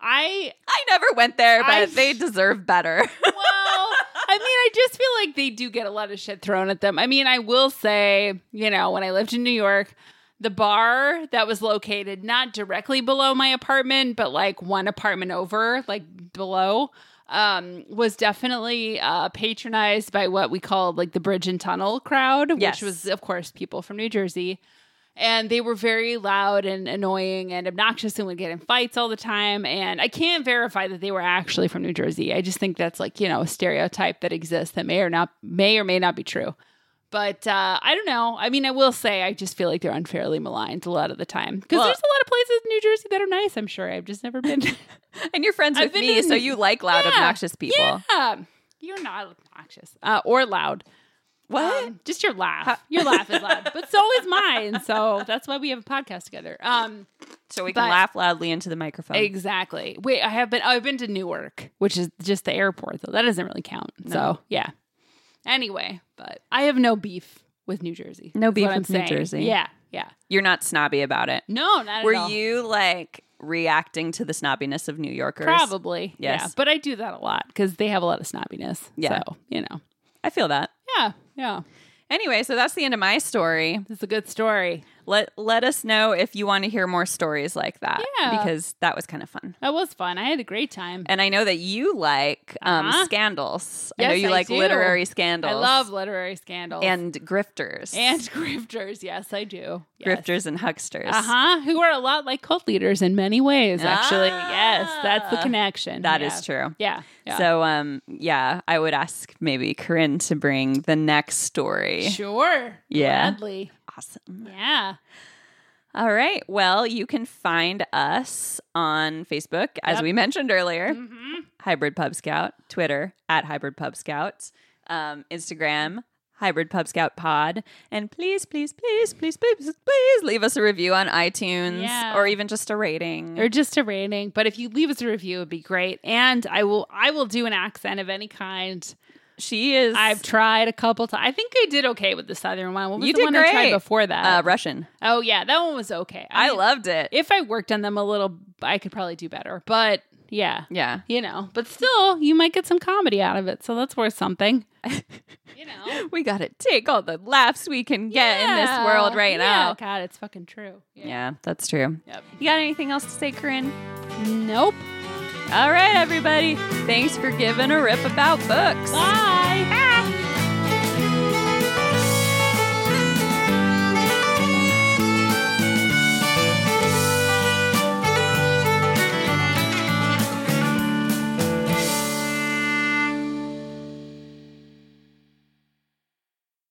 A: I
B: I never went there, but
A: I-
B: they deserve better.
A: well, I mean, I just feel like they do get a lot of shit thrown at them. I mean, I will say, you know, when I lived in New York, the bar that was located not directly below my apartment, but like one apartment over, like below, um, was definitely uh, patronized by what we called like the bridge and tunnel crowd,
B: Yes.
A: which was, of course, people from New Jersey and they were very loud and annoying and obnoxious and would get in fights all the time and i can't verify that they were actually from new jersey i just think that's like you know a stereotype that exists that may or not may or may not be true but uh, i don't know i mean i will say i just feel like they're unfairly maligned a lot of the time because
B: Well-
A: there's a lot of places in new jersey that are nice i'm sure i've just never been
B: and you're friends
A: I've
B: with
A: been
B: me,
A: in-
B: so you like loud,
A: Yeah,
B: obnoxious people.
A: um, you're not obnoxious uh, or loud
B: What?
A: Um, just your laugh. your laugh is loud, but so is mine. So that's why we have a podcast together. Um,
B: so we can
A: but-
B: laugh loudly into the microphone.
A: Exactly. Wait, I have been. I've been to Newark, which is just the airport, though. That doesn't really count. So yeah. Anyway, but I have no beef with New Jersey.
B: No
A: is
B: beef
A: what I'm
B: with New
A: saying.
B: Jersey.
A: Yeah, yeah.
B: You're not snobby about it.
A: No, not
B: Were
A: at all.
B: you like reacting to the snobbiness of New Yorkers?
A: Probably. Yeah,
B: Yes.
A: but I do that a lot because they have a lot of snobbiness.
B: Yeah.
A: So you know.
B: I feel that.
A: Yeah, yeah.
B: Anyway, so that's the end of my story.
A: It's a good story.
B: Let let us know if you want to hear more stories like that
A: Yeah.
B: because that was kind of fun.
A: That was fun. I had a great time.
B: And I know that you like um,
A: Uh-huh.
B: scandals. I
A: Yes,
B: know you
A: I
B: like
A: do.
B: literary scandals.
A: I love literary scandals
B: and grifters
A: and grifters. Yes, I do. Yes.
B: grifters and hucksters.
A: Uh huh. Who are a lot like cult leaders in many ways, actually.
B: Ah.
A: yes, that's the connection.
B: That
A: That
B: is
A: is
B: true.
A: Yeah. yeah.
B: So um yeah, I would ask maybe Corinne to bring the next story.
A: sure.
B: Yeah.
A: Gladly.
B: Awesome.
A: Yeah.
B: All right. Well, you can find us on Facebook, as
A: Yep.
B: we mentioned earlier,
A: Mm-hmm.
B: Hybrid Pub Scout, Twitter at Hybrid Pub Scout, um, Instagram, Hybrid Pub Scout Pod. And please, please, please, please, please, please leave us a review on iTunes
A: Yeah.
B: or even just a rating.
A: Or just a rating, but if you leave us a review, it'd be great. And I will, I will do an accent of any kind.
B: she is
A: I've tried a couple times. I think I did okay with the southern one. What was
B: You
A: the
B: did
A: one I
B: great.
A: tried before
B: uh,
A: that?
B: Russian.
A: oh yeah, that one was okay.
B: I,
A: mean,
B: loved it.
A: If I worked on them a little, I could probably do better. But yeah,
B: yeah.
A: you know, but still, you might get some comedy out of it. So that's worth something. you know,
B: we gotta take all the laughs we can get in this
A: Yeah.
B: world right
A: Yeah,
B: now.
A: God, it's fucking true.
B: Yeah, that's true.
A: Yep.
B: You got anything else to say, Corinne?
A: Nope.
B: All right, everybody. Thanks for giving a rip about books.
A: Bye.
B: Ah.